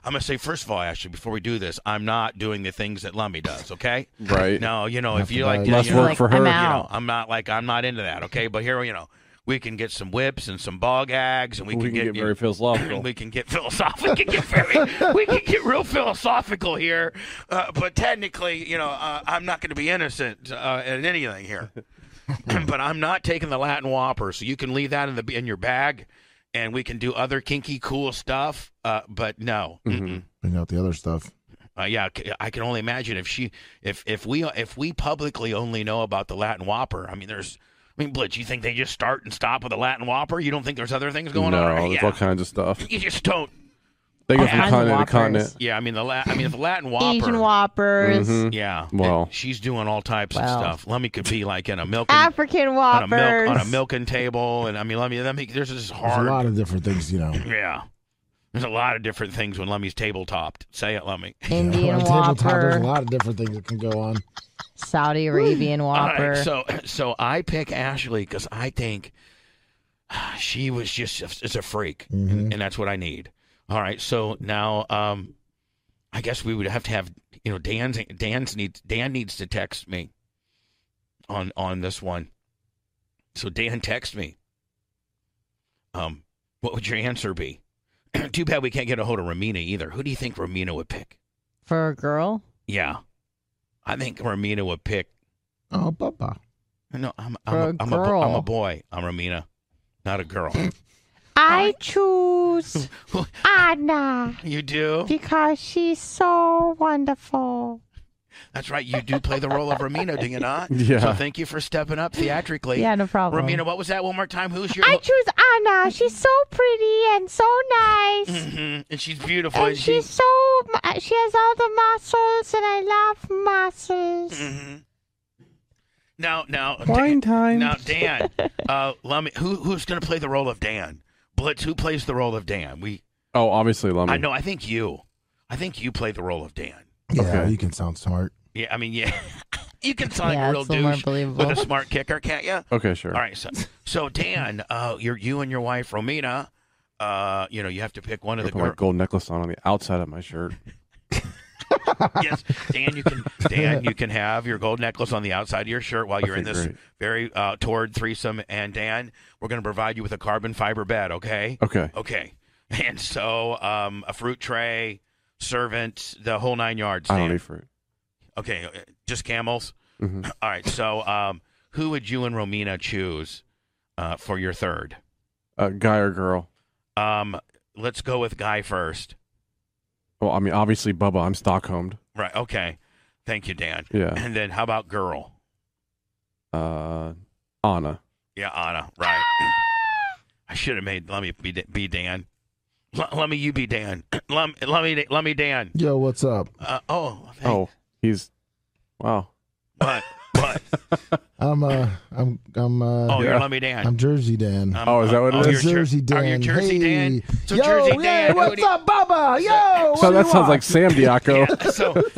I'm gonna say first of all, Ashley, before we do this, I'm not doing the things that Lummy does. Okay. Right. No, you know, Have if to you buy like, it. you know, Less you know, work Like, for I'm her. you out. know, I'm not like I'm not into that. Okay, but here, you know, We can get some whips and some bog ags, and we, We can get very philosophical. we can get philosophical. We can get very, we can get real philosophical here. Uh, but technically, you know, uh, I'm not going to be innocent uh, in anything here. but I'm not taking the Latin Whopper, so you can leave that in the in your bag, and we can do other kinky, cool stuff. Uh, but no, hmm Bring out the other stuff. uh, yeah, c- I can only imagine if she, if if we, if we publicly only know about the Latin Whopper. I mean, there's, I mean, Blitz, you think they just start and stop with the Latin Whopper? You don't think there's other things going no, on? Right? there's Yeah. all kinds of stuff. You just don't. They go All from kinds of continent whoppers. to continent. Yeah, I mean the la- I mean the Latin Whopper. Asian Whoppers, Mhm. Yeah. Wow. And she's doing all types of Wow. stuff. Lemmy could be like in a milk African on a Whoppers. milk on a milking table, and I mean, let me let me. There's this There's a hard. lot of different things, you know. yeah. There's a lot of different things when Lemmy's tabletopped. Say it, Lemmy. Indian on a tabletop, there's a Whopper, lot of different things that can go on. Saudi Arabian All right, Whopper. so so I pick Ashley because I think ah, she was just a, is a freak, Mhm. and that's what I need. All right, so now um, I guess we would have to have you know Dan's Dan's needs Dan needs to text me on on this one. So Dan, text me. Um, what would your answer be? Too bad we can't get a hold of Ramina either. Who do you think Ramina would pick? For a girl? Yeah, I think Ramina would pick Oh, Bubba. No, I'm For I'm a a, I'm, a, bo- I'm girl. a boy. I'm Ramina, not a girl. I choose Anna you do. because she's so wonderful. That's right. You do play the role of Ramina, do you not? Yeah. So thank you for stepping up theatrically. Yeah, no problem. Ramina, what was that one more time? Who's your? I choose Anna. She's so pretty and so nice. Mhm, And she's beautiful. And isn't she? she's so, she has all the muscles, and I love muscles. Mhm. Now, now, Wine time. now, Dan. Uh, let me. Who who's going to play the role of Dan? Blitz. Who plays the role of Dan? We. Oh, obviously, Lummy. I know. I think you. I think you play the role of Dan. Yeah, Okay. you can sound smart. Yeah. I mean, yeah. you can sound like Yeah, a real it's a little more douche with a believable. smart kicker, can't you? Okay, sure. All right, so, so Dan, uh, you're you and your wife Romina. Uh, you know, you have to pick one of I the put Oh my girls. gold necklace on on the outside of my shirt. yes, Dan, you can Dan, you can have your gold necklace on the outside of your shirt while Oh, you're in Okay, this great. very uh, torrid threesome. And Dan, we're going to provide you with a carbon fiber bed. Okay, Okay. okay. And so, um, a fruit tray, servant, the whole nine yards. I Dan. don't need fruit. Okay, uh, just camels. Mhm. All right, so um, who would you and Romina choose uh, for your third? Uh, guy or girl? Um, let's go with Guy first. Well, I mean, obviously, Bubba. I'm Stockholmed. Right. Okay. Thank you, Dan. Yeah. And then how about girl? Uh, Anna. Yeah, Anna. Right. Ah! I should have made Lummy be, be Dan. L- Lummy, you be Dan. Lum, Lummy, Lummy, Dan. Yo, what's up? Uh, oh. hey, Oh, he's. Wow. What? What? I'm uh, I'm I'm uh, Oh, you're Yeah. Lummy Dan. I'm Jersey Dan. Um, Oh, is that what it oh, is? you're Jer- Jersey Oh, you're Dan. Jersey Hey. Dan. So Yo, Jersey yeah, Dan. who what's do you- up, Bubba? Yo, so what that do you sounds want? like Sam Diaco.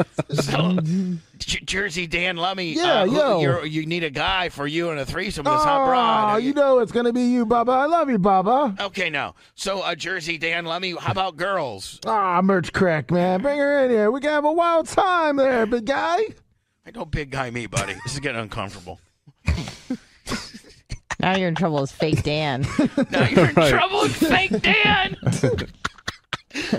Yeah, so, so J- Jersey Dan Lummy. Yeah, uh, who- yo. You're, you need a guy for you and a threesome. with This hot broad. Oh, you know it's gonna be you, Bubba. I love you, Bubba. Okay, now, so uh, Jersey Dan Lummy. How about girls? Ah, merch crack, man. Bring her in here. We can have a wild time there, big guy. I don't big guy me, buddy. This is getting uncomfortable. Now you're in trouble as fake Dan. Now you're in Right. trouble, with fake Dan.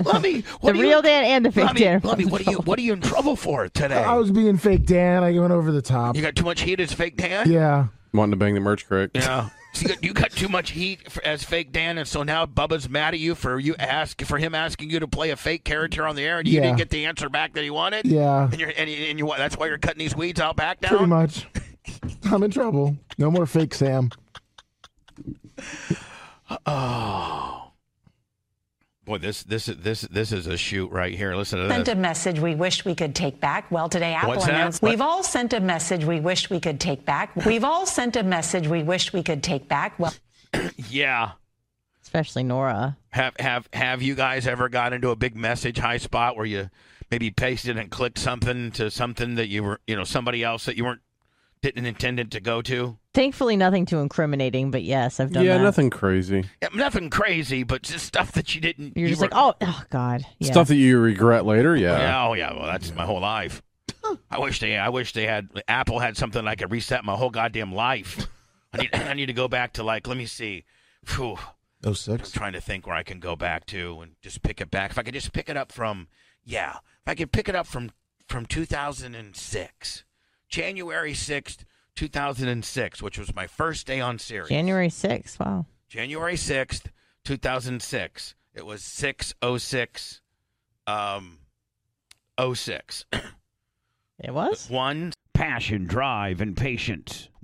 Lummy, the what do real you, Dan and the fake Lummy, Dan. Lummy, what are you what are you in trouble for today? I was being fake Dan. I went over the top. you got too much heat as fake Dan. Yeah. Wanting to bang the merch crick. Yeah. So you, got, you got too much heat for, as fake Dan, and so now Bubba's mad at you for you ask for him asking you to play a fake character on the air, and you Yeah. didn't get the answer back that he wanted. Yeah. And you're and, you- and you what? That's why you're cutting these weeds out back now. Pretty much. I'm in trouble. No more fake Sam. Oh. Boy, this this this this is a shoot right here. Listen to sent this. a message we wished we could take back. Well, today Apple What's that? announced What? we've all sent a message we wished we could take back. We've all sent a message we wished we could take back. Well, Yeah. Especially Nora. Have have have you guys ever got into a big message high spot where you maybe pasted and clicked something to something that you were you know somebody else that you weren't didn't intend it to go to? Thankfully, nothing too incriminating, but yes, I've done Yeah, that. nothing crazy. Yeah, nothing crazy, but just stuff that you didn't. You're you just were- like, oh, oh God. Yeah. Stuff that you regret later. Yeah. yeah, oh yeah. Well, that's my whole life. I wish they I wish they had Apple had something I could reset my whole goddamn life. I need, I need to go back to like, let me see. Phew, Oh I'm six. trying to think where I can go back to and just pick it back. If I could just pick it up from, yeah, if I could pick it up from from 2006, January 6th, 2006, which was my first day on series. January 6th. Wow. January 6th, 2006. It was 606 um 06. It was? 1 Passion, drive, and patience.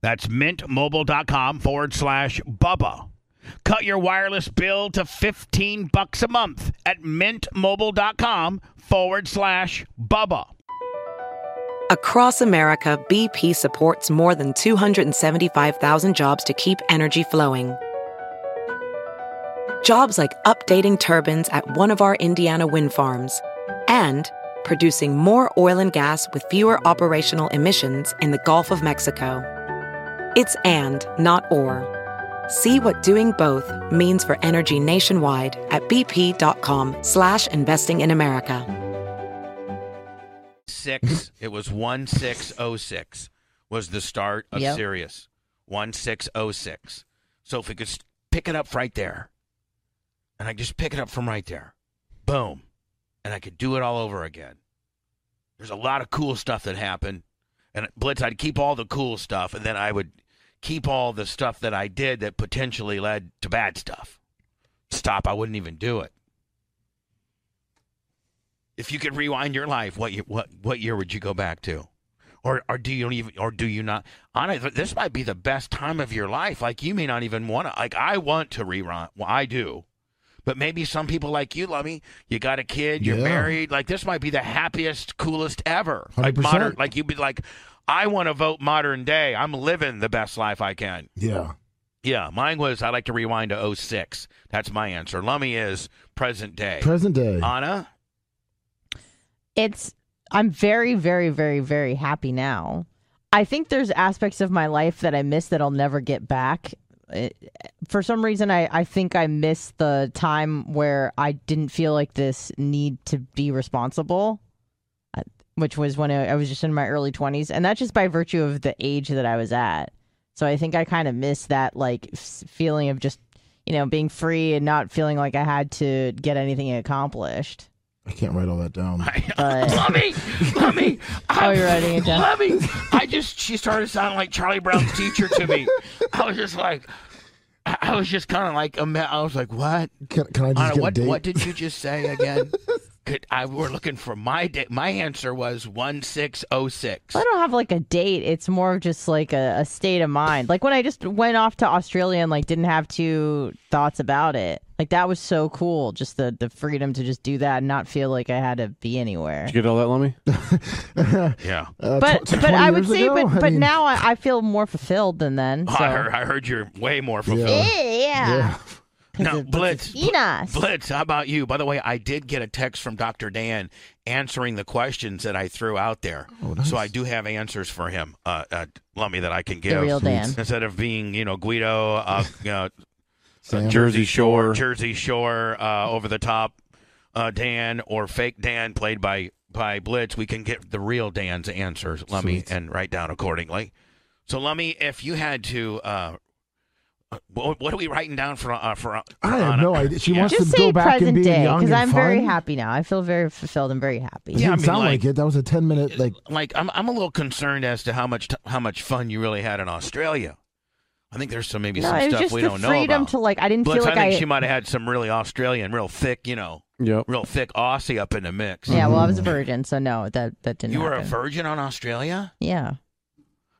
That's mintmobile.com forward slash Bubba. Cut your wireless bill to 15 bucks a month at mintmobile.com forward slash Bubba. Across America, BP supports more than 275,000 jobs to keep energy flowing. Jobs like updating turbines at one of our Indiana wind farms and producing more oil and gas with fewer operational emissions in the Gulf of Mexico. It's and, not or. See what doing both means for energy nationwide at bp.com slash investing in America. six. it was one six oh six was the start of Yep. Sirius. One six oh six. So if we could s- pick it up right there, and I just pick it up from right there, boom, and I could do it all over again. There's a lot of cool stuff that happened, and Blitz, I'd keep all the cool stuff, and then I would keep all the stuff that I did that potentially led to bad stuff. Stop! I wouldn't even do it. If you could rewind your life, what year, what what year would you go back to? Or or do you even or do you not? Honestly, this might be the best time of your life. Like you may not even want to. Like I want to rewind. Well, I do. But maybe some people like you, Lummy, you got a kid, you're Yeah. married. Like this might be the happiest, coolest ever. Like 100%. modern, like you'd be like, I want to vote modern day. I'm living the best life I can. Yeah. Yeah, mine was I like to rewind to 06. That's my answer. Lummy is present day. Present day. Uh, Anna, It's, I'm very, very, very, very happy now. I think there's aspects of my life that I miss that I'll never get back. It, for some reason, I, I think I miss the time where I didn't feel like this need to be responsible, I- which was when I, I was just in my early 20s. And that's just by virtue of the age that I was at. So I think I kind of miss that like s- feeling of just, you know, being free and not feeling like I had to get anything accomplished. I can't write all that down. But Lummy, Lummy. oh, you're writing it down. Lummy. I just, she started sounding like Charlie Brown's teacher to me. I was just like, I I was just kind of like, ama- I was like, what? Can, can I just Anna, get what, a date? what did you just say again? it, I were looking for my da- my answer was one six oh six. I don't have like a date. It's more of just like a, a state of mind. Like when I just went off to Australia and like didn't have two thoughts about it. Like that was so cool. Just the the freedom to just do that and not feel like I had to be anywhere. Did you get all that, Lummy? Yeah, Uh, But tw- but 20 I would years say ago? but I but mean, now I, I feel more fulfilled than then. So. I, heard, I heard you're way more yeah. fulfilled. yeah. Yeah. Now, Blitz, Enos. Blitz, how about you? By the way, I did get a text from Dr. Dan answering the questions that I threw out there. So I do have answers for him, uh, uh, Lummy, that I can give. real Dan. Instead of being, you know, Guido, uh, you know, Sam. Jersey Shore. Jersey Shore, uh, over the top uh, Dan or fake Dan played by, by Blitz, we can get the real Dan's answers, Lummy, Sweet. and write down accordingly. So, Lummy, if you had to. Uh, uh, what, what are we writing down for? Uh, for, for I have Anna? no idea. She wants Just to go say back and present be day young because and I'm very fun? happy now. I feel very fulfilled and very happy. It Yeah, I didn't mean, sound like- like, it. That was a ten minute like. like I'm, I'm a little concerned as to how much t- how much fun you really had in Australia. I think there's some maybe No, some it was stuff just we the don't know freedom about. to like. I didn't Blitz, feel like I I. think she might have had some really Australian, real thick, you know, Yep. real thick Aussie up in the mix. yeah, well, I Mm. was a virgin, so no, that that didn't. you were a happen. virgin on Australia. Yeah.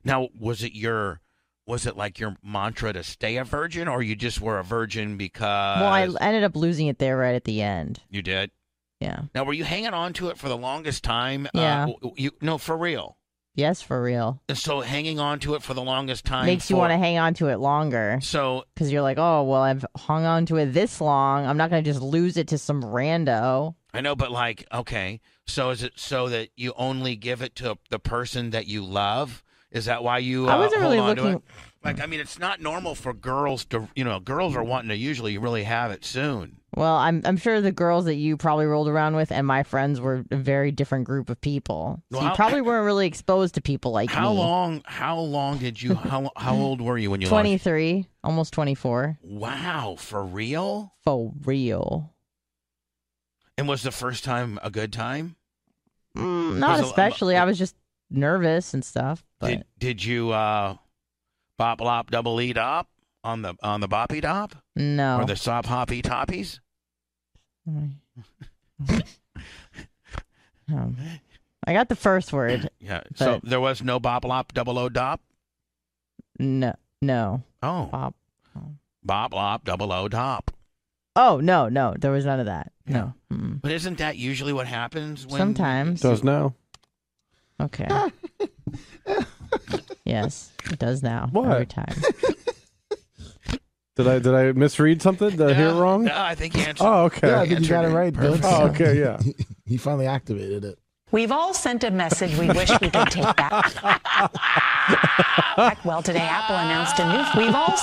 Now, was it your was it like your mantra to stay a virgin, or you just were a virgin because Well, I l- ended up losing it there right at the end. you did? Yeah. Now, were you hanging on to it for the longest time? Yeah. Uh, w- w- you no, for real. Yes, for real. And so, hanging on to it for the longest time Makes you for- want to hang on to it longer So because you're like, oh, well, I've hung on to it this long. I'm not going to just lose it to some rando. I know, but like, okay, so is it so that you only give it to the person that you love? Is that why you? Uh, I wasn't hold really on to looking- it? Like, I mean, it's not normal for girls to, you know, girls are wanting to usually really have it soon. Well, I'm I'm sure the girls that you probably rolled around with and my friends were a very different group of people. So Well, how- you probably weren't really exposed to people like How me. long? How long did you? How how old were you when you? lost- 23, almost 24. Wow, for real? For real. And was the first time a good time? Mm, not There's a- especially. I was just nervous and stuff. But um, uh, Did did you uh, bop lop double e dop on the on the boppy dop no. or the sop hoppy toppies? Um, I got the first word. Yeah. So But- there was no bop lop double o dop. No, no. Oh, Bob. Bob Lop, double O top. Oh no, no. There was none of that. No. Mm. But isn't that usually what happens when Sometimes. Does now. Okay. yes, it does now. What? Every time. Did I did I misread something? Did I hear it No, wrong? No, I think you answered. Oh, okay. Yeah, I think you got it Answered it right. Bill. perfect. Oh, okay, yeah. he finally activated it. We've all sent a message we wish we could take back. Well, today Apple announced a new. We've all.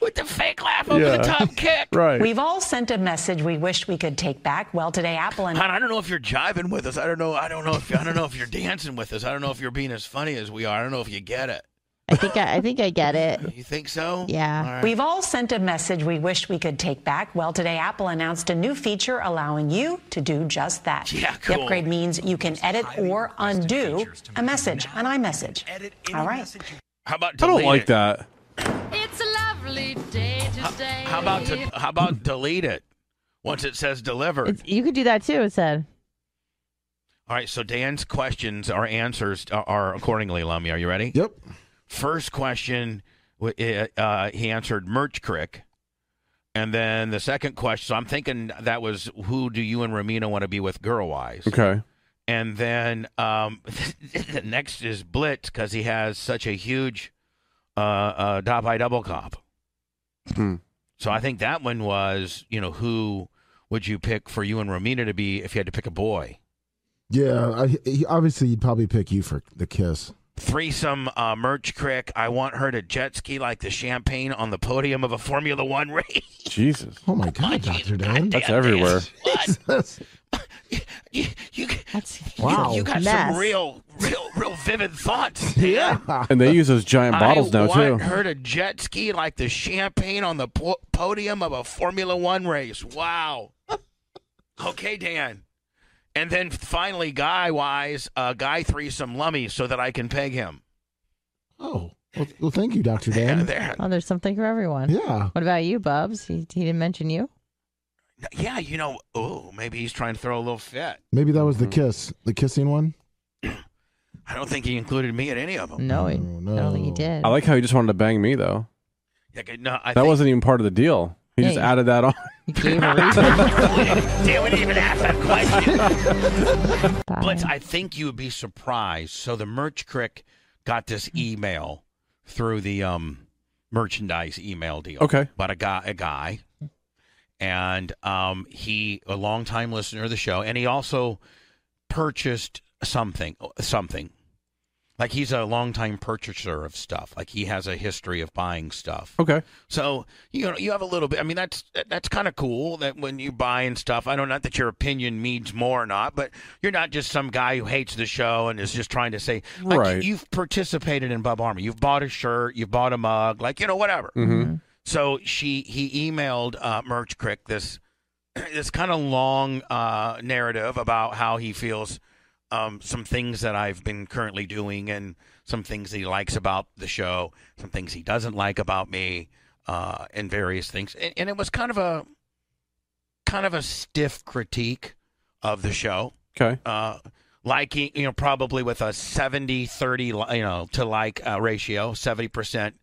With the fake laugh over Yeah. the top kick. right. We've all sent a message we wish we could take back. Well, today Apple and Hon, I don't know if you're jiving with us. I don't know. I don't know if I don't know if you're dancing with us. I don't know if you're being as funny as we are. I don't know if you get it. I think I, I think I get it. You think so? Yeah. All right. We've all sent a message we wish we could take back. Well, today Apple announced a new feature allowing you to do just that. Yeah, The cool. upgrade means you can edit or undo a message, an iMessage. All right. How about I delete don't like it? that. It's a lovely day today. How about to, how about delete it once it says delivered? It's, you could do that too. It said. All right. So Dan's questions or answers are, are accordingly. Lummy, are you ready? Yep. first question w- uh, uh, he answered Merch Crick. And then the second question, so I'm thinking that was who do you and Ramina want to be with girl wise? Okay. And then um, the next is Blitz because he has such a huge uh, uh, dot by double cop. Hmm. So I think that one was, you know, who would you pick for you and Ramina to be if you had to pick a boy? Yeah. I, he, obviously, he'd probably pick you for the kiss. Threesome uh, Merch Crick. I want her to jet ski like the champagne on the podium of a Formula One race. Jesus. Oh my God, Doctor Dan. That's everywhere. Jesus. you, you, That's Wow. you got Mess. some real, real, real vivid thoughts. Yeah. And they use those giant bottles I now want too. her to jet ski like the champagne on the po- podium of a Formula One race. Wow. okay, Dan. And then finally, guy wise, uh, guy threesome lummy so that I can peg him. Oh. Well, well thank you, Doctor Dan. Oh, there's something for everyone. Yeah. What about you, Bubs? He, he didn't mention you. Yeah, you know, oh, maybe he's trying to throw a little fit. Maybe that was the kiss, the kissing one. I don't think he included me in any of Mm. them. No, he, I don't think he did. Oh, I like how he just wanted to bang me though. Like, no, I that think- wasn't even part of the deal. He just Yeah. added that on. Yeah, we didn't even ask that question. but I think you would be surprised. So the merch crick got this email through the um, merchandise email deal. Okay. but a guy, a guy, and um, he a longtime listener of the show, and he also purchased something, something. Like he's a longtime purchaser of stuff. Like he has a history of buying stuff. Okay. So you know you have a little bit. I mean that's that's kind of cool that when you buy and stuff. I know not that your opinion means more or not, but you're not just some guy who hates the show and is just trying to say like, Right. You've participated in Bub Army. You've bought a shirt. You've bought a mug. Like you know whatever. Mhm. So she he emailed uh, Merch Crick this this kind of long uh, narrative about how he feels um, some things that I've been currently doing and some things that he likes about the show, some things he doesn't like about me, uh, and various things. And, and it was kind of a kind of a stiff critique of the show. Okay. Uh, liking, you know, probably with a 70 30, li- you know, to like uh, ratio 70%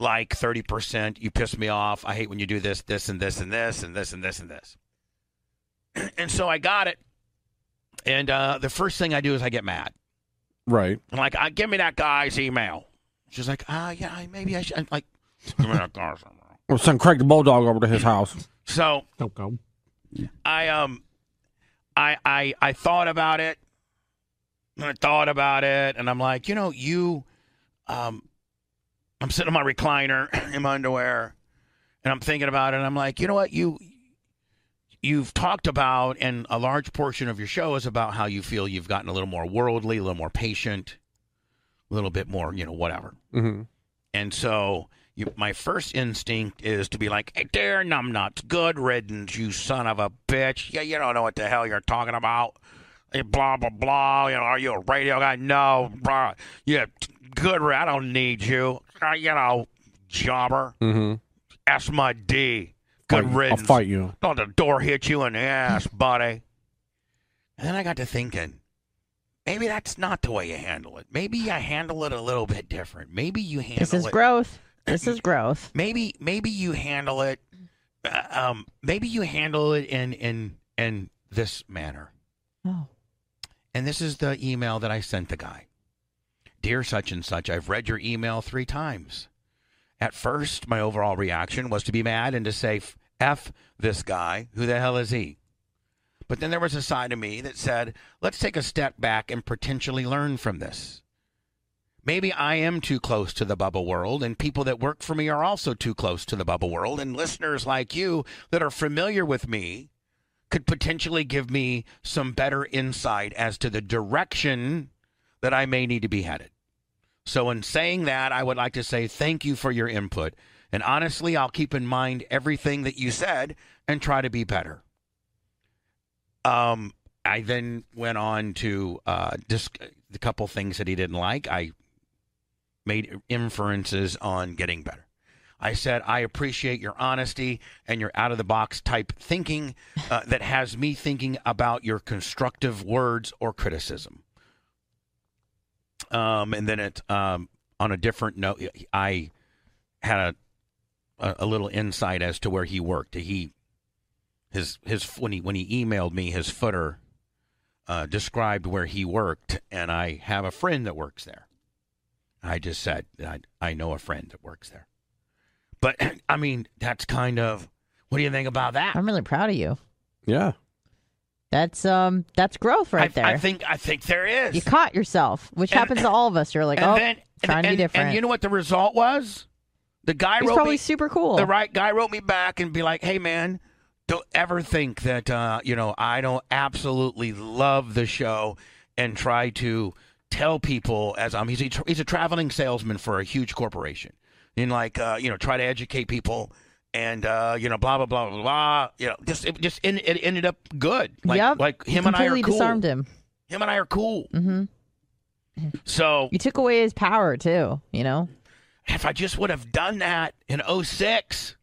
like, 30% you piss me off. I hate when you do this, this, and this, and this, and this, and this, and this. And so I got it. And uh, the first thing I do is I get mad. Right. I'm like, ah, give me that guy's email. She's like, ah, yeah, I- maybe I should. I'm like, give me that guy's email. We'll send Craig the Bulldog over to his house. So Don't go. I um I I I thought about it and I thought about it and I'm like, you know, you um I'm sitting in my recliner in my underwear and I'm thinking about it and I'm like, you know what, you you've talked about and a large portion of your show is about how you feel you've gotten a little more worldly, a little more patient, a little bit more, you know, whatever. Mm-hmm. And so you, my first instinct is to be like, hey, dear numbnuts, good riddance, you son of a bitch. Yeah, you don't know what the hell you're talking about. Eh, Blah, blah, blah. You know, are you a radio guy? No. Blah. Yeah, t- good. ri- I don't need you. Uh, you know, jobber. Mm-hmm. That's my D. Good Fight- I'll riddance. fight you. Don't the door hit you in the ass, buddy. And then I got to thinking, maybe that's not the way you handle it. Maybe I handle it a little bit different. Maybe you handle This is it growth. This is growth. maybe maybe you handle it uh, um maybe you handle it in in in this manner Oh. and this is the email that i sent the guy dear such and such i've read your email three times at first my overall reaction was to be mad and to say f, f this guy who the hell is he but then there was a side of me that said let's take a step back and potentially learn from this Maybe I am too close to the bubble world, and people that work for me are also too close to the bubble world. And listeners like you that are familiar with me could potentially give me some better insight as to the direction that I may need to be headed. So, in saying that, I would like to say thank you for your input. And honestly, I'll keep in mind everything that you said and try to be better. Um, I then went on to uh, disc- the couple things that he didn't like. I made inferences on getting better. I said, I appreciate your honesty and your out of the box type thinking uh, that has me thinking about your constructive words or criticism. Um, and then it, um, on a different note, I had a, a, a little insight as to where he worked. He, his, his, when he, when he emailed me, his footer, uh, described where he worked, and I have a friend that works there. I just said I I know a friend that works there, but I mean that's kind of what do you think about that? I'm really proud of you. Yeah. That's um that's growth right there. I think I think there is. you caught yourself, which And- happens to all of us. You're like, and oh, then trying and, to be and- different. And you know what the result was? The guy He's wrote probably me, super cool. The right guy wrote me back and be like, "Hey man, don't ever think that uh, you know I don't absolutely love the show and try to tell people as I'm." He's a, he's a traveling salesman for a huge corporation, and like uh, you know try to educate people. And uh, you know, blah blah blah blah blah. You know, just it just en- it ended up good. Like, yep. like You him and I are completely cool. disarmed him. Him and I are cool. Mm-hmm. So You took away his power too. You know. if I just would have done that in 06.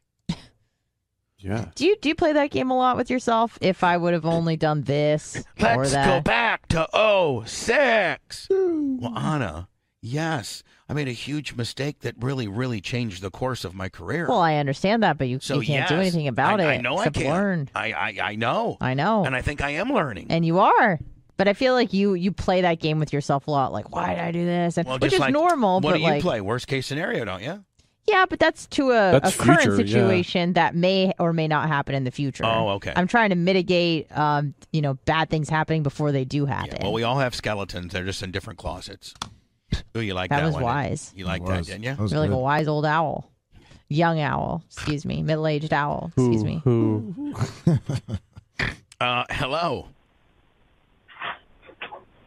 Yeah. Do you do you play that game a lot with yourself? If I would have only done this or Let's that. go back to 06. Well, Anna, yes, I made a huge mistake that really, really changed the course of my career. Well, I understand that, but you, so you can't do yes, anything about I- it. I know except I can. learn. I, I, I know. I know. And I think I am learning. And you are. But I feel like you you play that game with yourself a lot. Like, why did I do this? And, Well, which just is like, normal. What but do like, you play? Worst case scenario, don't you? Yeah, but that's to a, That's a current future, yeah. situation that may or may not happen in the future. Oh, okay. I'm trying to mitigate, um, you know, bad things happening before they do happen. Well, we all have skeletons. They're just in different closets. Ooh, you like that, that, was one, didn't you? wise. You like that, didn't you? You're like a wise old owl, young owl. Excuse me, middle-aged owl. Excuse me. Uh, hello.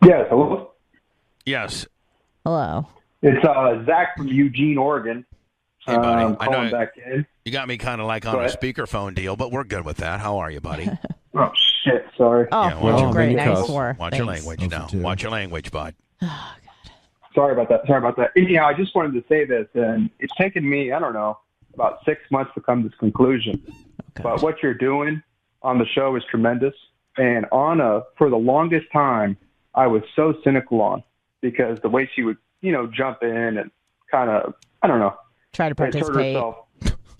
Yes, hello. Yes. Hello. It's uh, Zach from Eugene, Oregon. Hey, buddy. Um, I calling know- back in. You got me kind of like Go on a ahead. speakerphone deal, but we're good with that. How are you, buddy? Oh shit! Sorry. Oh, Yeah, watch your- great. Watch Nice work. your Thanks. language now. Watch your language, bud. Sorry about that. Sorry about that. Anyhow, I just wanted to say this, and it's taken me, I don't know, about six months to come to this conclusion. But what you're doing on the show is tremendous. And Anna, for the longest time, I was so cynical on because the way she would, you know, jump in and kind of, I don't know, try to insert participate. herself.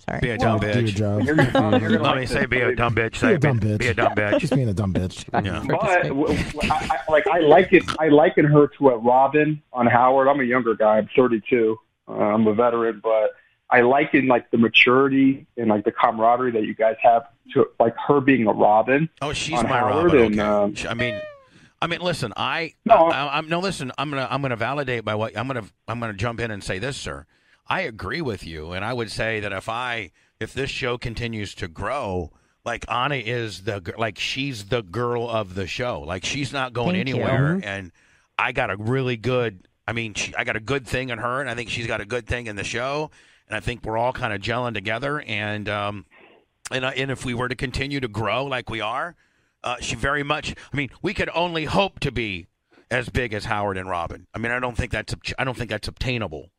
Sorry. Be a dumb Well, bitch. You're gonna- Oh, you're gonna Let like me this, say, be a babe. dumb bitch. Be a Say, dumb be- bitch. Be a dumb bitch. Just being a dumb bitch. Yeah. But w- w- I, I, like I liken I liken her to a Robin on Howard. I'm a younger guy. I'm 32. Uh, I'm a veteran, but I liken like the maturity and like the camaraderie that you guys have to like her being a Robin. Oh, she's on my Howard, Robin. and, okay. um, Sh- I mean, I mean, listen, I, no, I, am no, listen, I'm gonna, I'm gonna validate by what I'm gonna, I'm gonna jump in and say this, sir. I agree with you, and I would say that if I, if this show continues to grow, like Anna is the, gir- like she's the girl of the show, like she's not going Thank you. anywhere, Mhm. and I got a really good, I mean, she, I got a good thing in her, and I think she's got a good thing in the show, and I think we're all kind of gelling together, and, um, and uh, and if we were to continue to grow like we are, uh, she very much. I mean, we could only hope to be as big as Howard and Robin. I mean, I don't think that's obch- I don't think that's obtainable.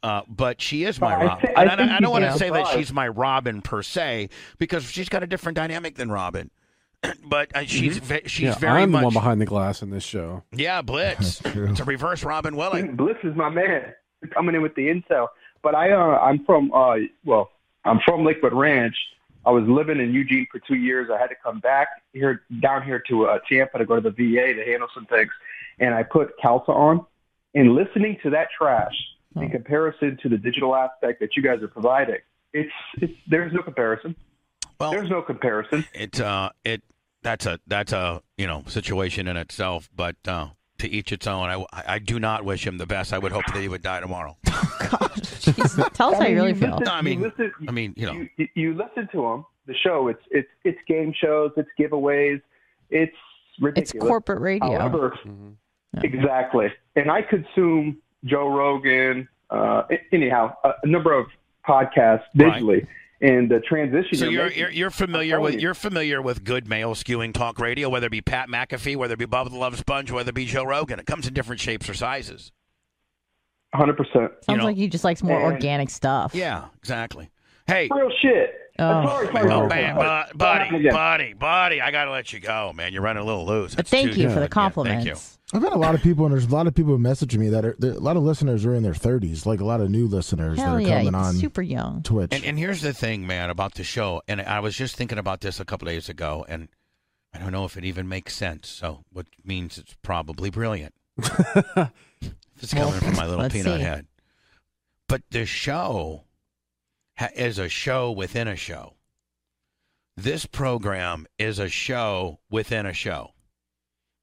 Uh, but she is my Well, I Robin. thi- I and I, think I, you don't want to can say that surprise. she's my Robin per se because she's got a different dynamic than Robin. but uh, she's ve- she's yeah, very I'm much the one behind the glass in this show. yeah Blitz. It's a reverse Robin Willing. Bliss is my man. You're Coming in with the intel. But I, uh, I'm from, uh, well, I'm from Lakewood Ranch. I was living in Eugene for two years. I had to come back here, down here to uh, Tampa to go to the VA to handle some things. And I put Calta on. And listening to that trash Oh. in comparison to the digital aspect that you guys are providing, it's, it's there's no comparison. Well, there's no comparison. It's uh it that's a that's a you know situation in itself, but uh, to each its own. I, I do not wish him the best. I would hope that he would die tomorrow. Tell us I how mean, you really you feel. listen- No, I mean, you listen, I mean, you know, you, you listen to them. The show, it's it's it's game shows, it's giveaways, it's ridiculous. corporate radio. However, exactly. And I consume Joe Rogan, uh, a- anyhow, a, a number of podcasts digitally, and the transition. so you're, you're making- you're, you're familiar with you're familiar with good male skewing talk radio, whether it be Pat McAfee, whether it be Bob the Love Sponge, whether it be Joe Rogan. It comes in different shapes or sizes. 100%. Sounds like he just likes more organic stuff. Yeah, exactly. Hey, real shit. Oh. Oh, man, bu- buddy, buddy, buddy, I gotta let you go, man. You're running a little loose. But thank you for the thank you. compliments. I've had a lot of people, and there's a lot of people messaging me that are there, a lot of listeners are in their 30s, like a lot of new listeners Hell that are yeah, coming you're on super young. Twitch. And, and here's the thing, man, about the show. And I was just thinking about this a couple days ago, and I don't know if it even makes sense. So, which means it's probably brilliant. if it's Well, coming from my little let's peanut see. head. But the show ha- is a show within a show. This program is a show within a show.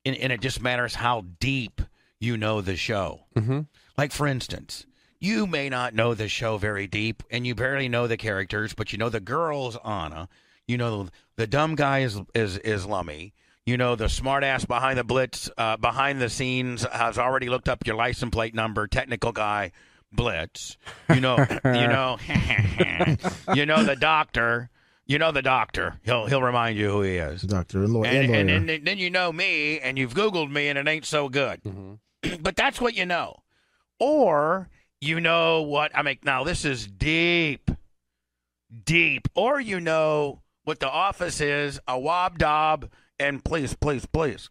And, and it just matters how deep you know the show. Mm-hmm. Like, for instance, you may not know the show very deep and you barely know the characters, but you know the girl's Anna. You know the, the dumb guy is, is, is Lummy. You know the smart ass behind the blitz, uh, behind the scenes has already looked up your license plate number, technical guy, Blitz. You know, you know, you know the doctor. You know the doctor. He'll he'll remind you who he is. Doctor and, law- And, and and, lawyer. then, then you know me, and you've Googled me, and it ain't so good. But that's what you know. Or You know what? I mean, now this is deep, deep. Or you know what the office is a wob dob, and please, please, please.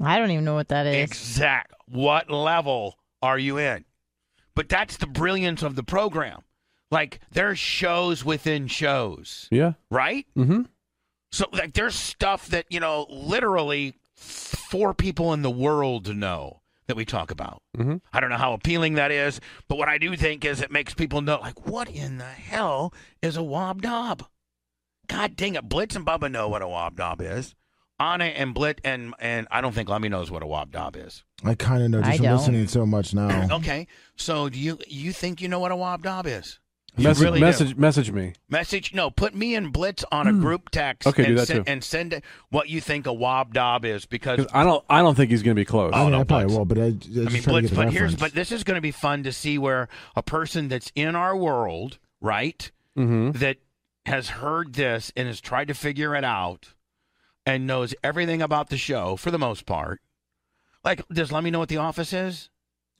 I don't even know what that is. Exact. What level are you in? But that's the brilliance of the program. Like there's shows within shows, Yeah. right? Mm-hmm. So like there's stuff that, you know, literally four people in the world know that we talk about. Mm-hmm. I don't know how appealing that is, but what I do think is it makes people know, like, what in the hell is a wob dob? God dang it, Blitz and Bubba know what a wob dob is. Anna and Blit and and I don't think Lemmy knows what a wob dob is. I kind of know I just from don't. listening so much now. Okay, so do you you think you know what a wob dob is? You Message, really do. message, message me. Message no, put me and Blitz on a group text Hmm. Okay, do and, that sen- too. and send it what you think a wob dob is because 'Cause I don't, I don't think he's going to be close. Oh, I, mean, I probably will, but I, I, just I mean, trying to Blitz, get the but here's reference. but this is going to be fun to see where a person that's in our world, right, Mm-hmm. Hmm? that has heard this and has tried to figure it out and knows everything about the show for the most part. Like, does let me know what the office is?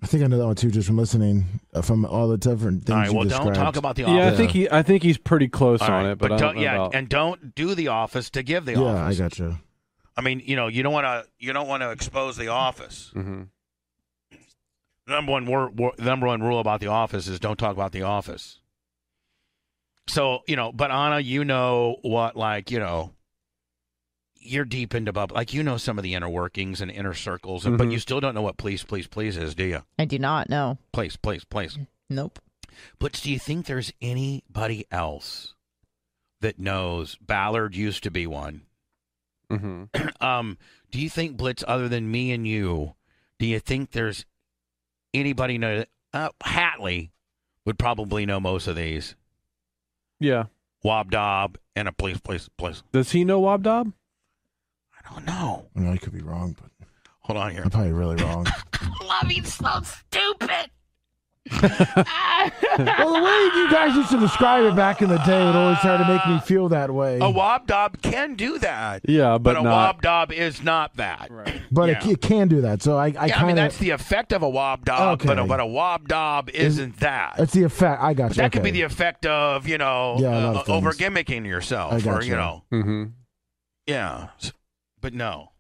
I think I know that one too, just from listening uh, from all the different things All right, you well, don't described. talk about the Yeah, I think he, I think he's pretty close All on right, it, but, I don't- don't know yeah, about- and don't do the office to give the yeah, office. I gotcha. I mean, you know, you don't want to you don't want to expose the office. Mm-hmm. number one wor- wor- number one rule about the office is don't talk about the office. So you know, but Anna, you know what? Like you know, you're deep into bubble. Like you know some of the inner workings and inner circles, and but Mhm. you still don't know what please, please, please is, do you? I do not know. Please, please, please. Nope. But do you think there's anybody else that knows? Ballard used to be one. Mm-hmm. um, do you think Blitz, other than me and you, do you think there's anybody know? Uh, Hatley would probably know most of these. yeah. Wob Dob and a police, police, police. Does he know Wob Dob? I don't know. I mean, I could be wrong, but Hold on here. I'm probably really wrong. Lovey's so stupid. well, the way you guys used to describe it back in the day would always try to make me feel that way. A Wob Dob can do that. Yeah, But, but, a not. Wob Dob is not that. Right. but it, it can do that, so I, I yeah, I mean, kind that's of. the effect of a Wob Dob, but, a, Okay. but a Wob Dob isn't that. That's the effect. I got But you. that could be okay. the effect of, you know, Yeah, a lot of things. over gimmicking yourself I got or, you you. know. Mm-hmm. Yeah, s- but no.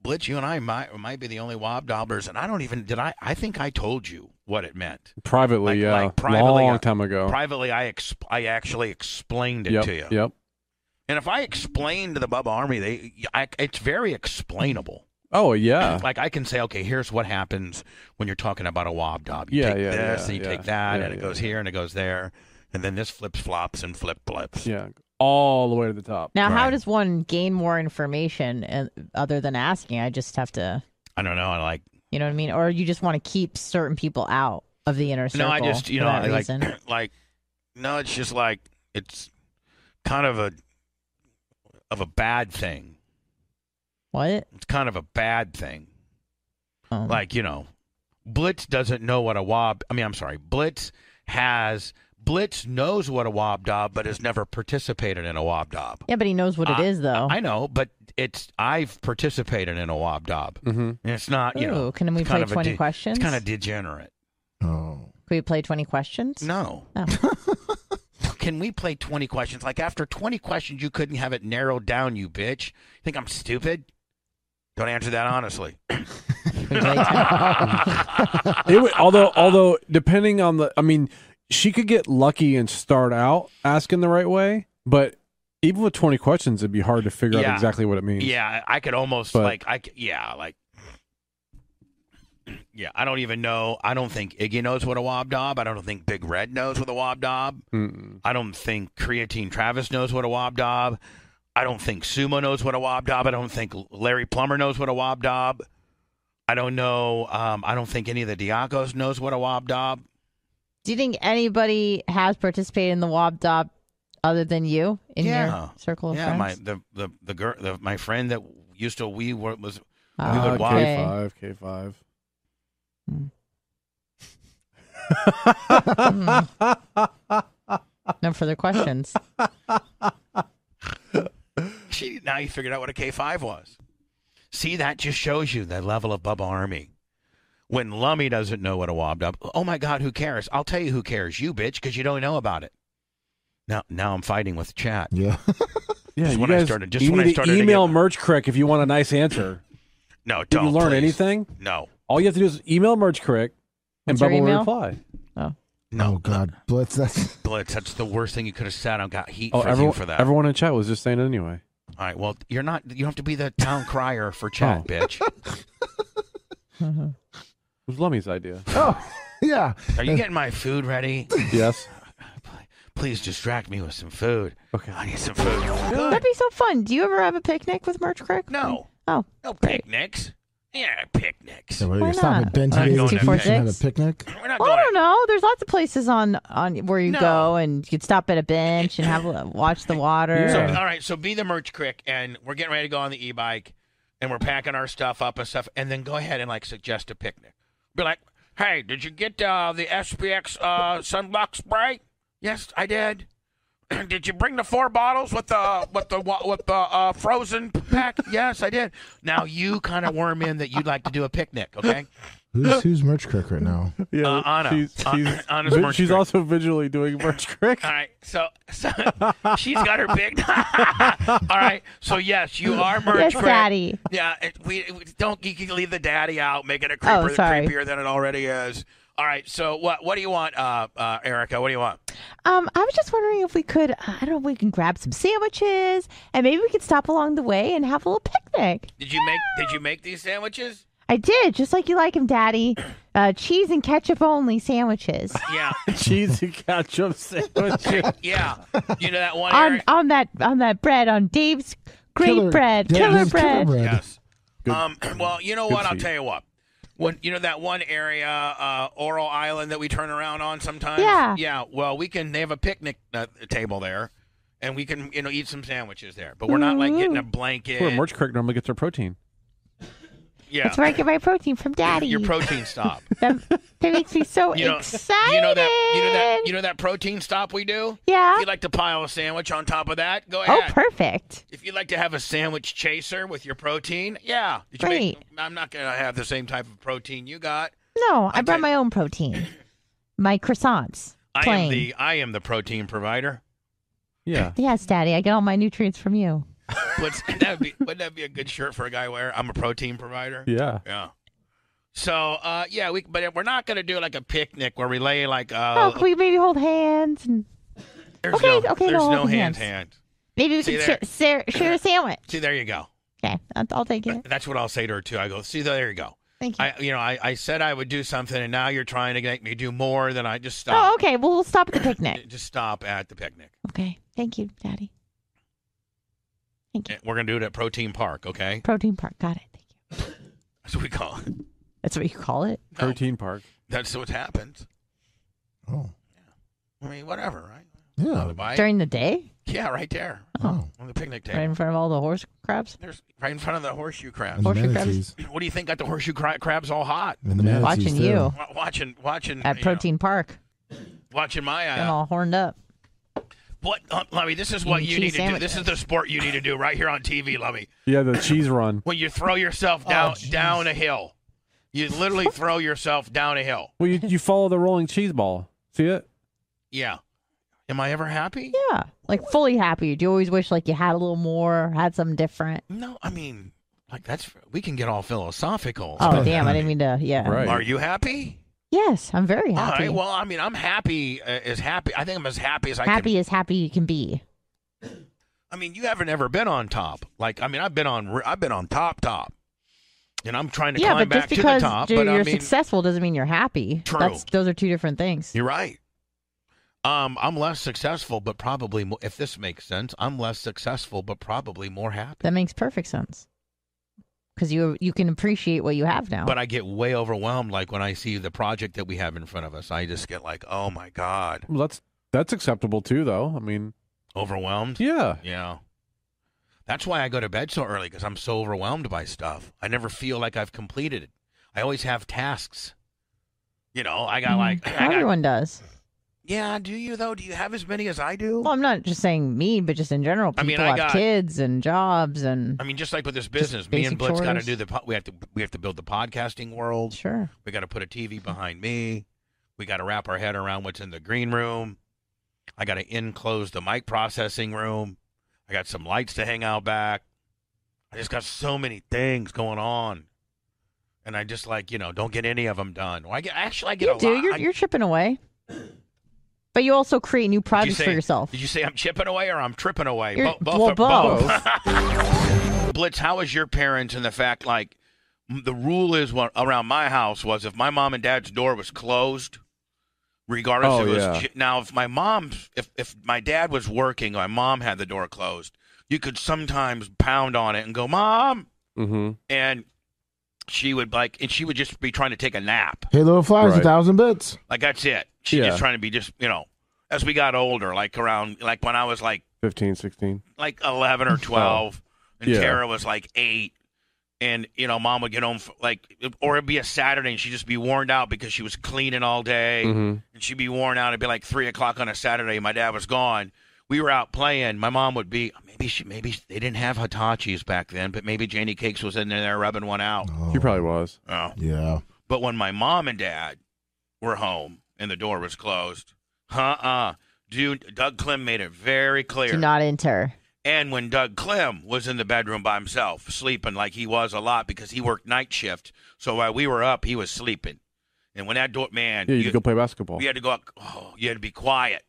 Blitz, you and I might might be the only wob dobblers, and I don't even did I. I think I told you what it meant. Privately, yeah. like privately, Long uh, time ago. Privately, I exp- I actually explained it yep, to you. Yep. And if I explain to the Bubba Army, they I, it's very explainable. Oh, yeah. Like I can say, okay, here's what happens when you're talking about a wob dob. You Yeah, take yeah, this, yeah, and you yeah, take that, yeah, and it yeah, goes here, and it goes there, and then this flips flops and flip flips. yeah. All the way to the top. Now, how Right. does one gain more information uh, other than asking? I just have to, I don't know. I like. you know what I mean? Or you just want to keep certain people out of the inner circle? No, I just you for know that I like reason. like no, it's just like it's kind of a of a bad thing. what? It's kind of a bad thing. Um, Like you know, Blitz doesn't know what a wob. I mean, I'm sorry, Blitz has Blitz knows what a wob dob, but has never participated in a wob dob. yeah, but he knows what it I- is, though. I know, but it's I've participated in a wob dob. Mm-hmm. And it's not you know. Ooh, can we it's play kind of a 20 de- questions? It's kind of degenerate. Oh. Can we play 20 questions? No. Oh. Can we play 20 questions? Like, after 20 questions, you couldn't have it narrowed down, you bitch. Think I'm stupid? Don't answer that honestly. It would, although, although, depending on the, I mean, she could get lucky and start out asking the right way, but even with 20 questions, it'd be hard to figure Yeah. out exactly what it means. yeah, I could almost, But- like, I, c- yeah, like, yeah, I don't even know. I don't think Iggy knows what a wob dob. I don't think Big Red knows what a wob dob. Mm-mm. I don't think Creatine Travis knows what a wob dob. I don't think Sumo knows what a wob dob. I don't think Larry Plummer knows what a wob dob. I don't know. Um, I don't think any of the Diacos knows what a wob dob. Do you think anybody has participated in the Wob Dob other than you in Yeah. your circle of yeah, my friends? the the the girl, the, my friend that used to we were was Oh, we would okay. walk. K5, K5. No further questions. She now you figured out what a K five was. See, that just shows you the level of Bubba Army. When Lummy doesn't know what a wob dub, oh my God, who cares? I'll tell you who cares, you bitch, because you don't know about it. Now, now I'm fighting with chat. Yeah, Just yeah. you when I guys- started- just you when I need to started to email Merch Crick if you want a nice answer. No, Did don't you learn please. anything? No. All you have to do is email Merch Crick, What's and your Bubba will email? reply. Oh. No, oh God, Blitz. That's Blitz, that's the worst thing you could have said. I got heat Oh, for you everyone, for that. everyone in chat was just saying it anyway. All right, well, you're not. You don't have to be the town crier for chat, Oh. bitch. It was Lummy's idea. Oh, yeah. Are you getting my food ready? Yes. Please distract me with some food. Okay. I need some food. That'd be so fun. Do you ever have a picnic with Merch Crick? No. Oh, no Picnics? Yeah, picnics. So what, Why you're stopping not? at Ben I'm Davis going to Beach and have a Picnics. picnic? Well, I don't know. There's lots of places on on where you No. go and you could stop at a bench and have a- watch the water. So, all right, so be the merch crick, and we're getting ready to go on the e-bike, and we're packing our stuff up and stuff, and then go ahead and like suggest a picnic. Be like, hey, did you get uh, the SPX uh, sunblock spray? Yes, I did. did you bring the four bottles with the with the wa- with the uh, frozen pack? Yes, I did. Now you kind of worm in that you'd like to do a picnic, okay? Who's who's merch crick right now? Yeah, Uh, Anna. She's, Uh, she's- Anna's vi- Merch she's Crick. also visually doing Merch Crick. All right, so, so she's got her big. all right, so yes, you are merch. Yes, crick. Daddy. Yeah, it, we, we- don't. You can leave the daddy out. Make it a Oh, creeper, sorry. creepier than it already is. All right, so what what do you want, uh, uh, Erica? What do you want? Um, I was just wondering if we could. I don't know. if We can grab some sandwiches and maybe we could stop along the way and have a little picnic. Did you make Did you make these sandwiches? I did, just like you like them, Daddy. Uh, cheese and ketchup only sandwiches Yeah, Cheese and ketchup sandwich. yeah. You know that one. on Eric? on that on that bread on Dave's great bread, Dad, killer there's bread. Yes. Um. Well, you know good what? I'll seat. tell you what. When you know that one area, uh, Oral Island that we turn around on sometimes. Yeah. Yeah. Well, we can. They have a picnic uh, table there, and we can you know eat some sandwiches there. But we're not like getting a blanket. That's where Merch Crick normally gets her protein. yeah. That's where I get my protein from, Daddy. Your protein stop. that, that makes me so You know, excited. You know that. You know that. You know that protein stop we do. Yeah. If you'd like to pile a sandwich on top of that, go oh, ahead. perfect. If you'd like to have a sandwich chaser with your protein, yeah. Did you make- I'm not gonna have the same type of protein you got. No, I brought ta- my own protein. My croissants. I plain. am the I am the protein provider. Yeah. Yes, Daddy, I get all my nutrients from you. What's that would be wouldn't that be a good shirt for a guy to wear? I'm a protein provider. Yeah. Yeah. So uh yeah, we but we're not gonna do like a picnic where we lay like oh, uh can we maybe hold hands? And there's okay, no okay, there's no no holding hand hands. hand. maybe we See can there? share, share, share a sandwich. See there you go. Okay, I'll, I'll take it. That's what I'll say to her too. I go, see there you go. Thank you. I you know, I, I said I would do something and now you're trying to make me do more than I just oh, stop. okay. Well, we'll stop at the picnic. Just stop at the picnic. Okay, thank you, Daddy. Thank you. And Eh, We're gonna do it at Protein Park, okay? Protein park. Got it. Thank you. That's what we call it. That's what you call it. Protein Park. That's what happens. Oh, I mean, whatever, right? On yeah. the bike. During the day, Yeah, right there Oh, on the picnic table. right in Oh. front of all the horse crabs. There's right in front of the horseshoe crabs. and the Horseshoe crabs. manatees. What do you think got the horseshoe cra- crabs all hot? And the manatees Watching too. you Wa- Watching, watching at you know, Oh. Protein Park, watching my eye. and out. all horned up. What, uh, Lummy? This is what Eating you cheese need to do. This is the sport you need to do right here on TV, Lummy. Yeah, the cheese run. When you throw yourself Oh, down down a hill, you literally throw yourself down a hill. Well, you, you follow the rolling cheese ball. See it? Yeah. Am I ever happy? Yeah, like fully happy. Do you always wish like you had a little more, had something different? No, I mean, like that's we can get all philosophical. Oh, damn! I didn't mean to. Yeah. Right. Are you happy? Yes, I'm very All happy. right. Well, I mean, I'm happy uh, as happy. I think I'm as happy as I can happy as happy you can be. I mean, you haven't ever been on top. Like, I mean, I've been on, re- I've been on top, top, and I'm trying to Yeah, climb but back just to the because top. dude, but you're I mean, successful doesn't mean you're happy. True. That's those are two different things. you're right. Um, I'm less successful, but probably, mo- if this makes sense, I'm less successful, but probably more happy. That makes perfect sense. Because you you can appreciate what you have now. But I get way overwhelmed. Like when I see the project that we have in front of us, I just get like, oh my god, Well, that's that's acceptable too, though. I mean, overwhelmed. yeah. Yeah. That's why I go to bed so early because I'm so overwhelmed by stuff. I never feel like I've completed it. I always have tasks. You know, I got like I got, Everyone Mm-hmm. does. Yeah, do you though? Do you have as many as I do? Well, I'm not just saying me, but just in general, I people mean, I have got- kids and jobs and I mean, just like with this business, me basic and Blitz got to chores. do the. po- We have to we have to build the podcasting world. Sure. We got to put a TV behind me. We got to wrap our head around what's in the green room. I got to enclose the mic processing room. I got some lights to hang out back. I just got so many things going on, and I just like you know don't get any of them done. Well, I get actually I get you a do. lot. You're I- you're chipping away, but you also create did new you projects for say- yourself. Did you say I'm chipping away or I'm tripping away? You're- Bo- both well, are- Blitz, how is your parents and the fact like m- the rule is what around my house was if my mom and dad's door was closed, regardless Oh, if it was yeah. j- now if my mom if if my dad was working, my mom had the door closed, you could sometimes pound on it and go, Mom Mm-hmm. and she would like and she would just be trying to take a nap. Halo flies a Right. thousand bits. Like that's it. She Yeah. just trying to be just you know, as we got older, like around like when I was like 15, 16. like 11 or 12 and Yeah. tara was like 8 and you know mom would get home f like or it'd be a saturday and she'd just be worn out because she was cleaning all day Mhm. and she'd be worn out it'd be like 3 o'clock on a saturday my dad was gone we were out playing my mom would be maybe she maybe they didn't have hitachis back then but maybe janie cakes was in there rubbing one out She probably was. Oh. Yeah. but when my mom and dad were home and the door was closed uh-uh dude doug clem made it very clear Do not enter. and when Doug Clem was in the bedroom by himself, sleeping like he was a lot because he worked night shift. So while we were up, he was sleeping. And when that door, man, Yeah, you could go play basketball. we had to go out. Oh, you had to be quiet.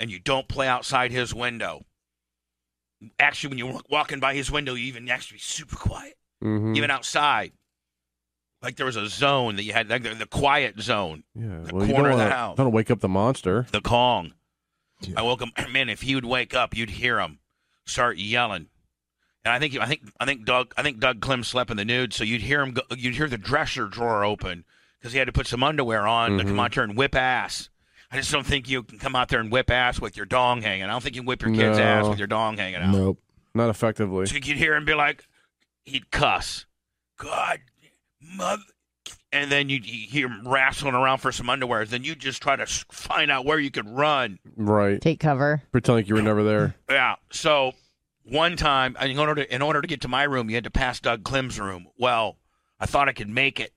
and you don't play outside his window. Actually, when you're wa- walking by his window, you even actually be super quiet, Mm-hmm. even outside. Like there was a zone that you had, like the, the quiet zone, yeah. the Well, you corner of don't the want house. to wake up the monster. the Kong. I woke him. Man, if he would wake up, you'd hear him start yelling. And I think I think I think Doug I think Doug Clem slept in the nude, so you'd hear him. Go, you'd hear the dresser drawer open because he had to put some underwear on to come Mhm. out there and whip ass. I just don't think you can come out there and whip ass with your dong hanging. I don't think you can whip your kid's ass No. with your dong hanging out. Nope. Not effectively. So you'd hear him be like, he'd cuss, God, mother, and then you'd you'd hear him wrestling around for some underwear. Then you just try to s- find out where you could run. Right. Take cover. Pretend like you were never there. Yeah. So one time, in order to in order to get to my room, you had to pass Doug Clem's room. Well, I thought I could make it,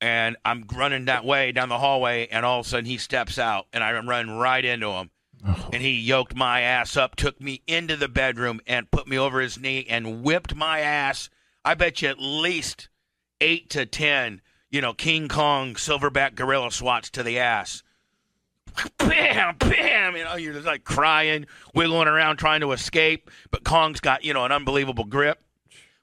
and I'm running that way down the hallway, and all of a sudden he steps out, and I run right into him, and he yoked my ass up, took me into the bedroom, and put me over his knee, and whipped my ass. I bet you at least eight to ten, you know, King Kong silverback gorilla swats to the ass bam, bam. You know, you're just like crying, wiggling around, trying to escape. But Kong's got, you know, an unbelievable grip.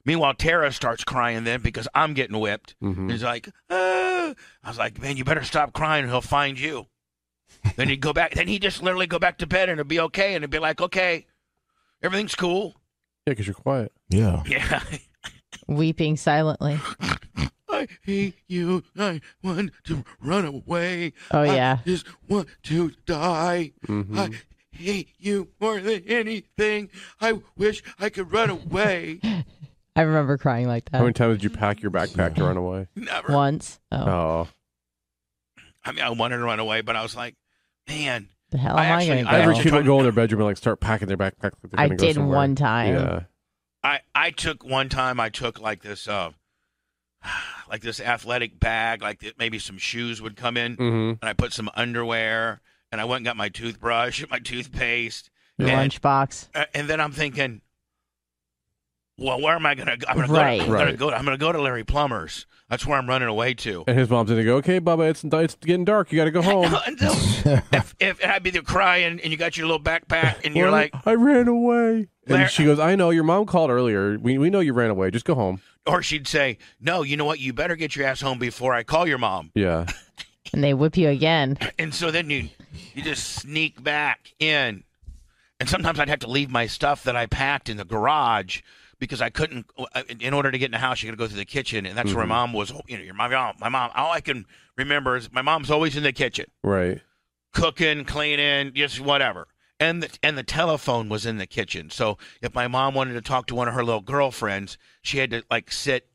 Meanwhile, Tara starts crying then because I'm getting whipped. He's like, "Ah." I was like, man, you better stop crying or he'll find you. then he'd go back. Then he'd just literally go back to bed and it'd be okay. And it'd be like, okay, everything's cool. Yeah, because you're quiet. Yeah. Yeah. Weeping silently. I hate you. I want to run away. Oh, I yeah. just want to die. Mhm. I hate you more than anything. I wish I could run away. I remember crying like How many that times did you pack your backpack to run away? Never. once. Oh, Oh. I mean, I wanted to run away, but I was like, man, the hell I am I, actually- going to I go? Every Yeah. kid would go in their bedroom and like start packing their backpack. Like they're I gonna go did somewhere. one time. Yeah. I I took one time. I took like this, uh, like this athletic bag, like that maybe some shoes would come in, Mm-hmm. and I put some underwear, and I went and got my toothbrush, my toothpaste, Your and lunchbox. Uh, and then I'm thinking, well, where am I gonna go? I'm gonna Right. go. To, I'm gonna Right. go. I'm gonna go to Larry Plummer's. That's where I'm running away to. And his mom's gonna go, okay, Bubba, it's it's getting dark. You got to go home. Until if, if I'd be there crying, and you got your little backpack, and you're Well, like, I ran away. There- And she goes, I know. Your mom called earlier. We we know you ran away. Just go home. or she'd say, no, you know what? You better get your ass home before I call your mom. Yeah. And they whip you again. And so then you you just sneak back in, and sometimes I'd have to leave my stuff that I packed in the garage. Because I couldn't, uh, in order to get in the house, you got to go through the kitchen, and that's where Mhm. mom was. You know, your my mom, my mom. All I can remember is my mom's always in the kitchen. Right. cooking, cleaning, just whatever. And the, and the telephone was in the kitchen. So if my mom wanted to talk to one of her little girlfriends, she had to like sit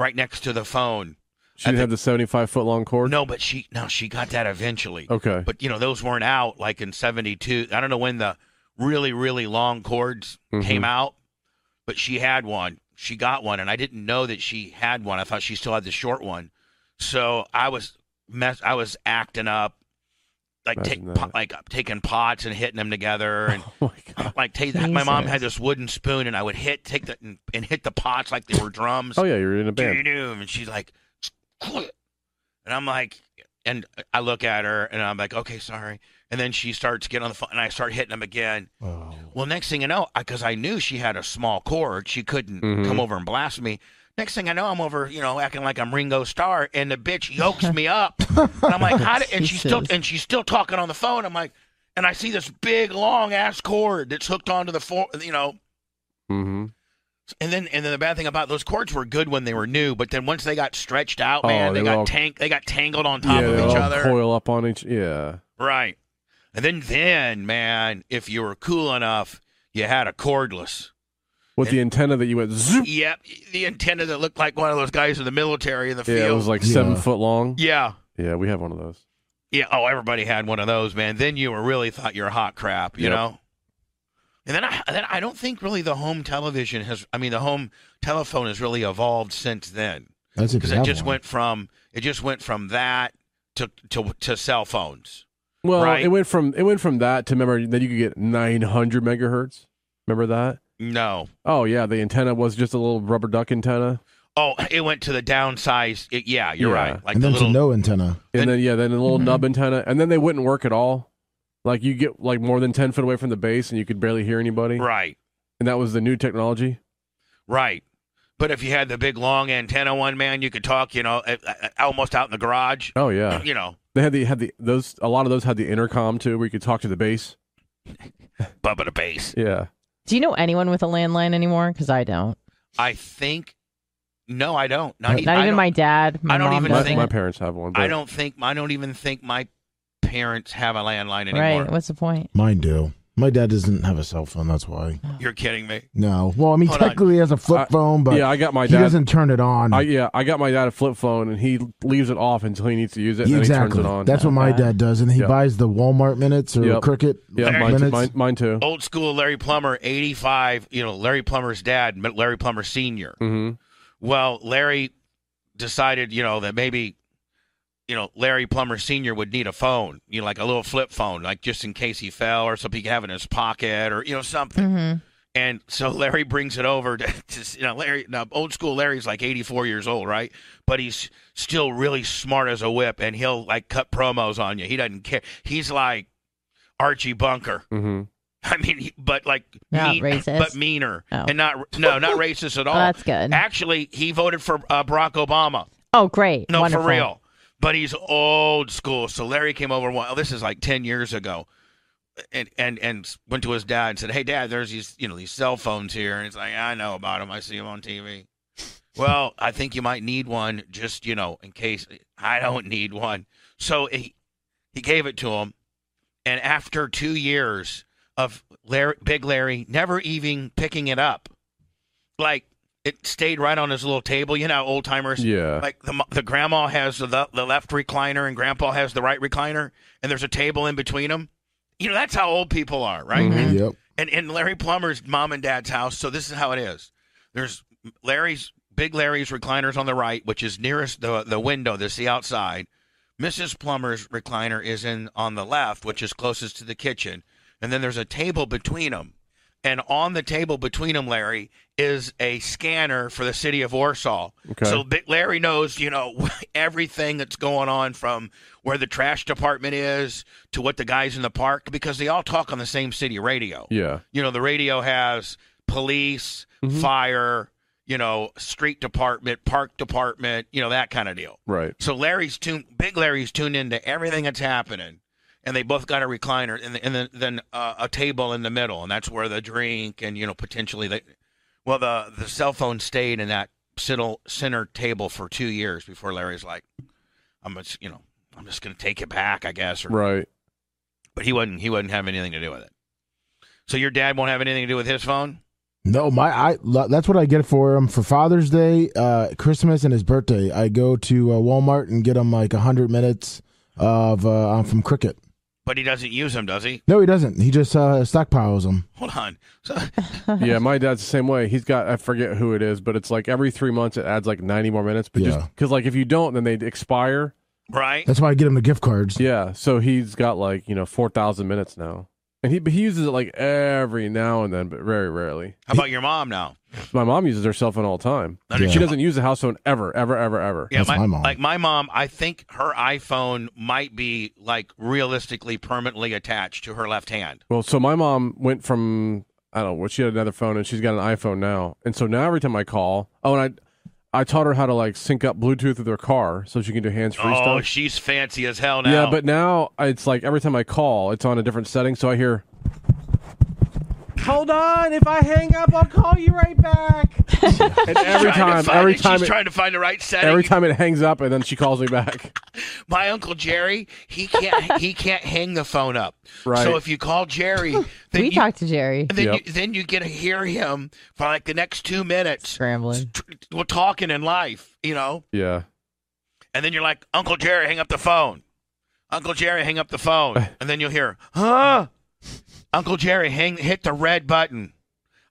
right next to the phone. She didn't have the 75 foot long cord. No, but she no, she got that eventually. Okay. But you know, those weren't out like in '72. I don't know when the really really long cords Mhm. came out, but she had one. She got one, and I didn't know that she had one. I thought she still had the short one. So I was mess. I was acting up, like take, Imagine po- like taking pots and hitting them together, and Oh, like take my mom had this wooden spoon, and I would hit take the and, and hit the pots like they were drums. Oh, yeah, you're in a band. Doo-doo, And she's like, "Quit." and I'm like, and I look at her, and I'm like, okay, sorry. And then she starts getting on the phone, and I start hitting them again. Well, next thing you know, because I knew she had a small cord, she couldn't Mhm. come over and blast me. Next thing I know, I'm over, you know, acting like I'm Ringo Starr, and the bitch yokes me up. And I'm like, how did? And she's still, Jesus. and she's still talking on the phone. I'm like, and I see this big long ass cord that's hooked onto the for, you know. Mm-hmm. And then, and then the bad thing about those cords were good when they were new, but then once they got stretched out, Oh, man, they they, were got all- tank, they got tangled on top yeah, of they each all other. Coil up on each. Yeah. Right. And then, then, man, if you were cool enough, you had a cordless. With the antenna that you went zoop. Yep, the antenna that looked like one of those guys in the military in the Yeah, field. it was like seven foot long. Yeah. Yeah, we have one of those. Yeah. Oh, everybody had one of those, man. Then you were really thought you were hot crap, you Yep. know. And then I then I don't think really the home television has. I mean, the home telephone has really evolved since then. That's if because it you have just one. went from it just went from that to to to cell phones. Well, Right. it went from it went from that to remember that you could get 900 megahertz. Remember that? No. Oh yeah, the antenna was just a little rubber duck antenna, Oh, it went to the downsize. It, yeah, you're Yeah. right. Like and the then little to no antenna. and then yeah, then a little Mm-hmm. Mhm. nub antenna, and then they wouldn't work at all. Like you get like more than 10 foot away from the base, and you could barely hear anybody. right, And that was the new technology. right. But if you had the big long antenna one, man, you could talk. You know, uh, uh, almost out in the garage. Oh yeah. You know, They had the had the those a lot of those had the intercom too, where you could talk to the base. Bubba the base. Yeah. Do you know anyone with a landline anymore? Because I don't. I think. No, I don't. Not, e- Not I even don't- my dad. My I don't mom even doesn't. think- My parents have one. I but- don't think. I don't even think my parents have a landline anymore. Right. What's the point? Mine do. My dad doesn't have a cell phone. That's why. You're kidding me. No. Well, I mean, Hold on. technically he has a flip phone, but yeah, I got my he dad- doesn't turn it on. I, yeah, I got my dad a flip phone, and he leaves it off until he needs to use it, and then he exactly. turns it on. That's what my dad does, and he Yep. buys the Walmart minutes or Yep. Cricket Yeah, mine, too- minutes. mine, mine too. Old school Larry Plummer, 85, you know, Larry Plummer's dad, M- Larry Plummer senior. Mm-hmm. Well, Larry decided, you know, that maybe you know, Larry Plummer senior would need a phone, you know, like a little flip phone, like just in case he fell or something he could have in his pocket or you know something. Mm-hmm. And so Larry brings it over to, to you know Larry now old school Larry's like 84 years old, right? But he's still really smart as a whip and he'll like cut promos on you. He doesn't care. He's like Archie Bunker. Mm-hmm. I mean, he- but like Not mean- racist? but meaner, Oh. and not no, not racist at all. that's good. Actually, he voted for uh, Barack Obama. Oh, great. No, Wonderful. for real. But he's old school. So Larry came over. Well, this is like ten years ago, and and and went to his dad and said, "Hey, Dad, there's these you know these cell phones here." And it's like, "I know about them. I see them on TV." well, I think you might need one, just you know, in case I don't need one. So he he gave it to him, and after two years of Larry, Big Larry never even picking it up, like it stayed right on his little table. You know, how old timers. Yeah. Like the mo- the grandma has the le- the left recliner and grandpa has the right recliner, and there's a table in between them. You know, that's how old people are, right? Mhm. Yep. And in Larry Plummer's mom and dad's house, so this is how it is. There's Larry's big Larry's recliner's on the right, which is nearest the the window that's the outside. Mrs. Plummer's recliner is in on the left, which is closest to the kitchen. And then there's a table between them. And on the table between them, Larry, is a scanner for the city of Warsaw. Okay. So Big Larry knows, you know, everything that's going on from where the trash department is to what the guys in the park, because they all talk on the same city radio. Yeah. You know, the radio has police, fire, you know, street department, park department, you know, that kind of deal. Right. So Larry's tuned, Big Larry's tuned into everything that's happening, and they both got a recliner and, and then, then uh, a table in the middle, and that's where the drink and you know potentially they, well the the cell phone stayed in that center center table for two years before Larry's like, I'm just you know I'm just gonna take it back I guess or Right. but he wouldn't he wouldn't have anything to do with it. So your dad won't have anything to do with his phone. No, my I lo- that's what I get for him for Father's Day, uh, Christmas, and his birthday. I go to uh, Walmart and get him like hundred minutes of uh, um, from Cricket. But he doesn't use them, does he? No, he doesn't. He just uh, stockpiles them. Hold on. So, yeah, my dad's the same way. He's got I forget who it is, but it's like every three months it adds like ninety more minutes. But just Yeah. because like if you don't, then they expire. Right. That's why I get him the gift cards. Yeah. So he's got like you know four thousand minutes now, and he but he uses it like every now and then, but very rarely. How about your mom now? My mom uses her cell phone all the time. That is She your doesn't use the house phone ever, ever, ever, ever. Like my mom, I think her iPhone might be like realistically permanently attached to her left hand. Well, so my mom went from I don't know what she had another phone and she's got an iPhone now, and so now every time I call, oh, and I I taught her how to like sync up Bluetooth with her car so she can do hands free Oh, stuff. she's fancy as hell now. Yeah, but now it's like every time I call, it's on a different setting, so I hear Hold on. If I hang up, I'll call you right back. and Trying every to time, find every it. time she's it- trying to find the right setting. every time it hangs up, and then she calls me back. My uncle Jerry, he can't he can't hang the phone up. Right. So if you call Jerry, then we you, talked to Jerry. And then, you, then you get to hear him for like the next two minutes scrambling. We're talking in life, you know. Yeah. And then you're like, Uncle Jerry, hang up the phone. Uncle Jerry, hang up the phone. And then you'll hear, huh? Uncle Jerry, hang hit the red button.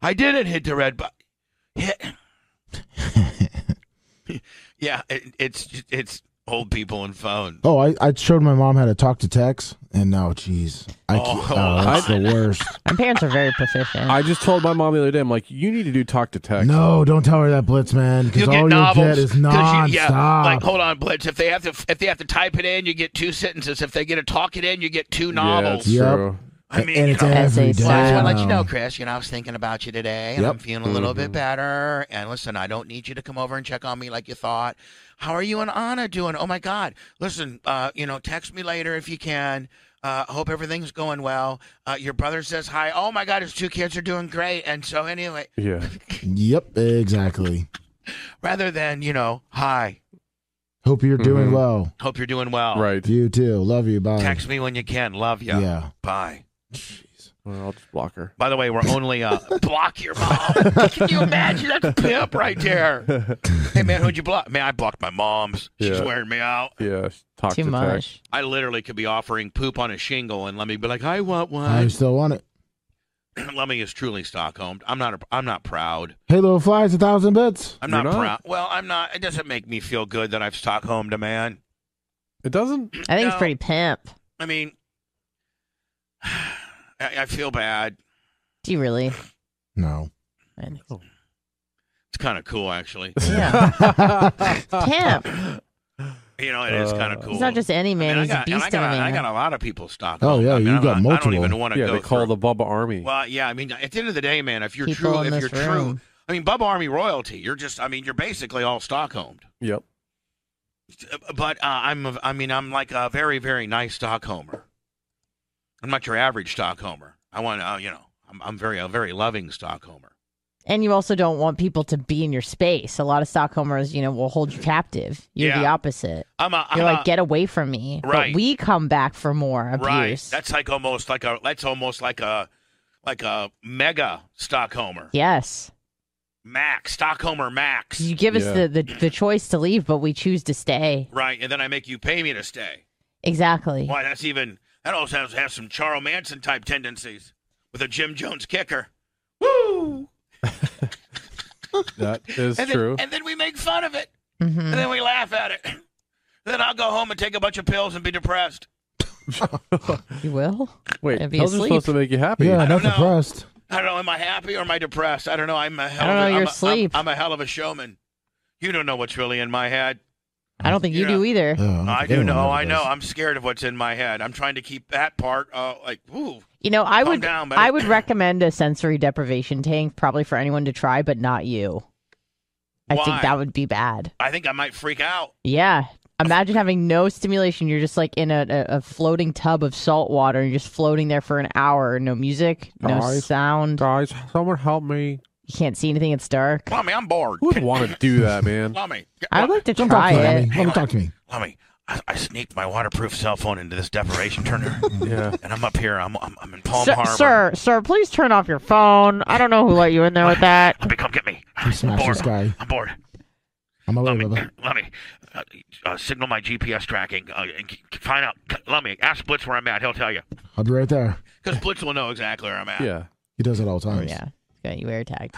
I didn't hit the red button. Hit. yeah, it, it's it's old people and phone. Oh, I, I showed my mom how to talk to text, and now, jeez, I Oh, can't- oh, that's I- the worst. My parents are very proficient. I just told my mom the other day, I'm like, you need to do talk to text. No, don't tell her that, Blitz man, because all you'll get is 'Cause nonstop. you- yeah, like hold on, Blitz. If they have to, if they have to type it in, you get two sentences. If they get to talk it in, you get two novels. Yep. I mean, and it's you know, every day. Well, I just want to let you now. know, Chris. You know, I was thinking about you today, and Yep. Mm-hmm. I'm feeling a little bit better. And listen, I don't need you to come over and check on me like you thought. How are you and Anna doing? Oh my God! Listen, uh, you know, text me later if you can. Uh, hope everything's going well. Uh, your brother says hi. Oh my God, his two kids are doing great. And so anyway, Yeah. Yep, exactly. rather than you know, hi, Hope you're doing Mm. Mhm. well. hope you're doing well. Right. You too. Love you. Bye. Text me when you can. Love you. Yeah. Bye. Well, I'll just block her. By the way, we're only uh, block your mom. Can you imagine that pimp right there? Hey man, who'd you block? Man, I blocked my mom's. She's Yeah. wearing me out. Yeah. Talk Too to text. much. I literally could be offering poop on a shingle, and Lemmy be like, "I want I one." still want it. Lemmy is truly Stockholm. I'm not. A, I'm not proud. Halo flies a thousand bits. I'm not, proud. Well, I'm not. It doesn't make me feel good that I've Stockholmed a man. It doesn't. I think No. it's pretty pimp. I mean, I, I feel bad. Do you really? No. I think so. It's kind of cool, actually. Yeah. pimp. You know, it is kind Uh, of cool. He's not just any man. Oh, I he's got, a and beast I of a got, I man. got a lot of people stocked. Oh, up. yeah, I mean, you I'm not- got I multiple. don't even want to Yeah, go. they call through- the Bubba Army. Well, yeah, I mean, at the end of the day, man, if you're People true, in if you're this true, room. I mean, Bubba Army royalty. You're just, I mean, you're basically all Stockholmed. Yep. But uh, I'm, a- I mean, I'm like a very, very nice Stockholmer. I'm not your average Stockholmer. I want, uh, you know, I'm, I'm very, a very loving Stockholmer. And you also don't want people to be in your space. A lot of Stockholmers, you know, will hold you captive. You're the Yeah. opposite. I'm a, I'm You're like, a- get away from me. Right. But we come back for more abuse. right. That's like almost like a, that's almost like a, like a mega Stockholmer. Yes. Max Stockholmer Max. You give us Yeah. the, the, the choice to leave, but we choose to stay. Right, and then I make you pay me to stay. Exactly. Why, that's even that also has, has some Charles Manson type tendencies with a Jim Jones kicker. Woo! That is and true. Then, and then we make fun of it, and Mm-hmm. then we laugh at it. Then I'll go home and take a bunch of pills and be depressed. You will? Wait, If pills you are sleep. supposed to make you happy. Yeah, I don't not know. depressed. I don't know. Am I happy or am I depressed? I don't know. I'm a hell. don't of know, a- you're I'm a- I'm- asleep. I'm a hell of a showman. You don't know what's really in my head. I don't think you Yeah. do either. Uh, Oh, I do know. I know. I'm scared of what's in my head. I'm trying to keep that part. Uh, like, ooh, You know, I Calm would down, buddy. I would recommend a sensory deprivation tank probably for anyone to try, but not you. I Why? think that would be bad. I think I might freak out. Yeah. Imagine having no stimulation. You're just like in a, a, a floating tub of salt water and you're just floating there for an hour. No music, no Guys. sound. Guys, someone help me. You can't see anything. It's dark. Mommy, I'm bored. Who would want to do that, man? Mommy, I'd like to Don't talk try to me. it. Lemmy. Don't talk to me. Mommy, I, I sneaked my waterproof cell phone into this deprivation turner. yeah. And I'm up here. I'm, I'm, I'm in Palm sir, Harbor. sir, sir, please turn off your phone. I don't know who let you in there with that. Let me come get me. You smash this Bored. guy. I'm bored. I'm away, brother. Let me uh, uh, signal my GPS tracking uh, and c- c- find out. c- Let me ask Blitz where I'm at. He'll tell you. I'll be right there. Because Blitz will know exactly where I'm at. He does it all the time. Yeah. Got you air tagged.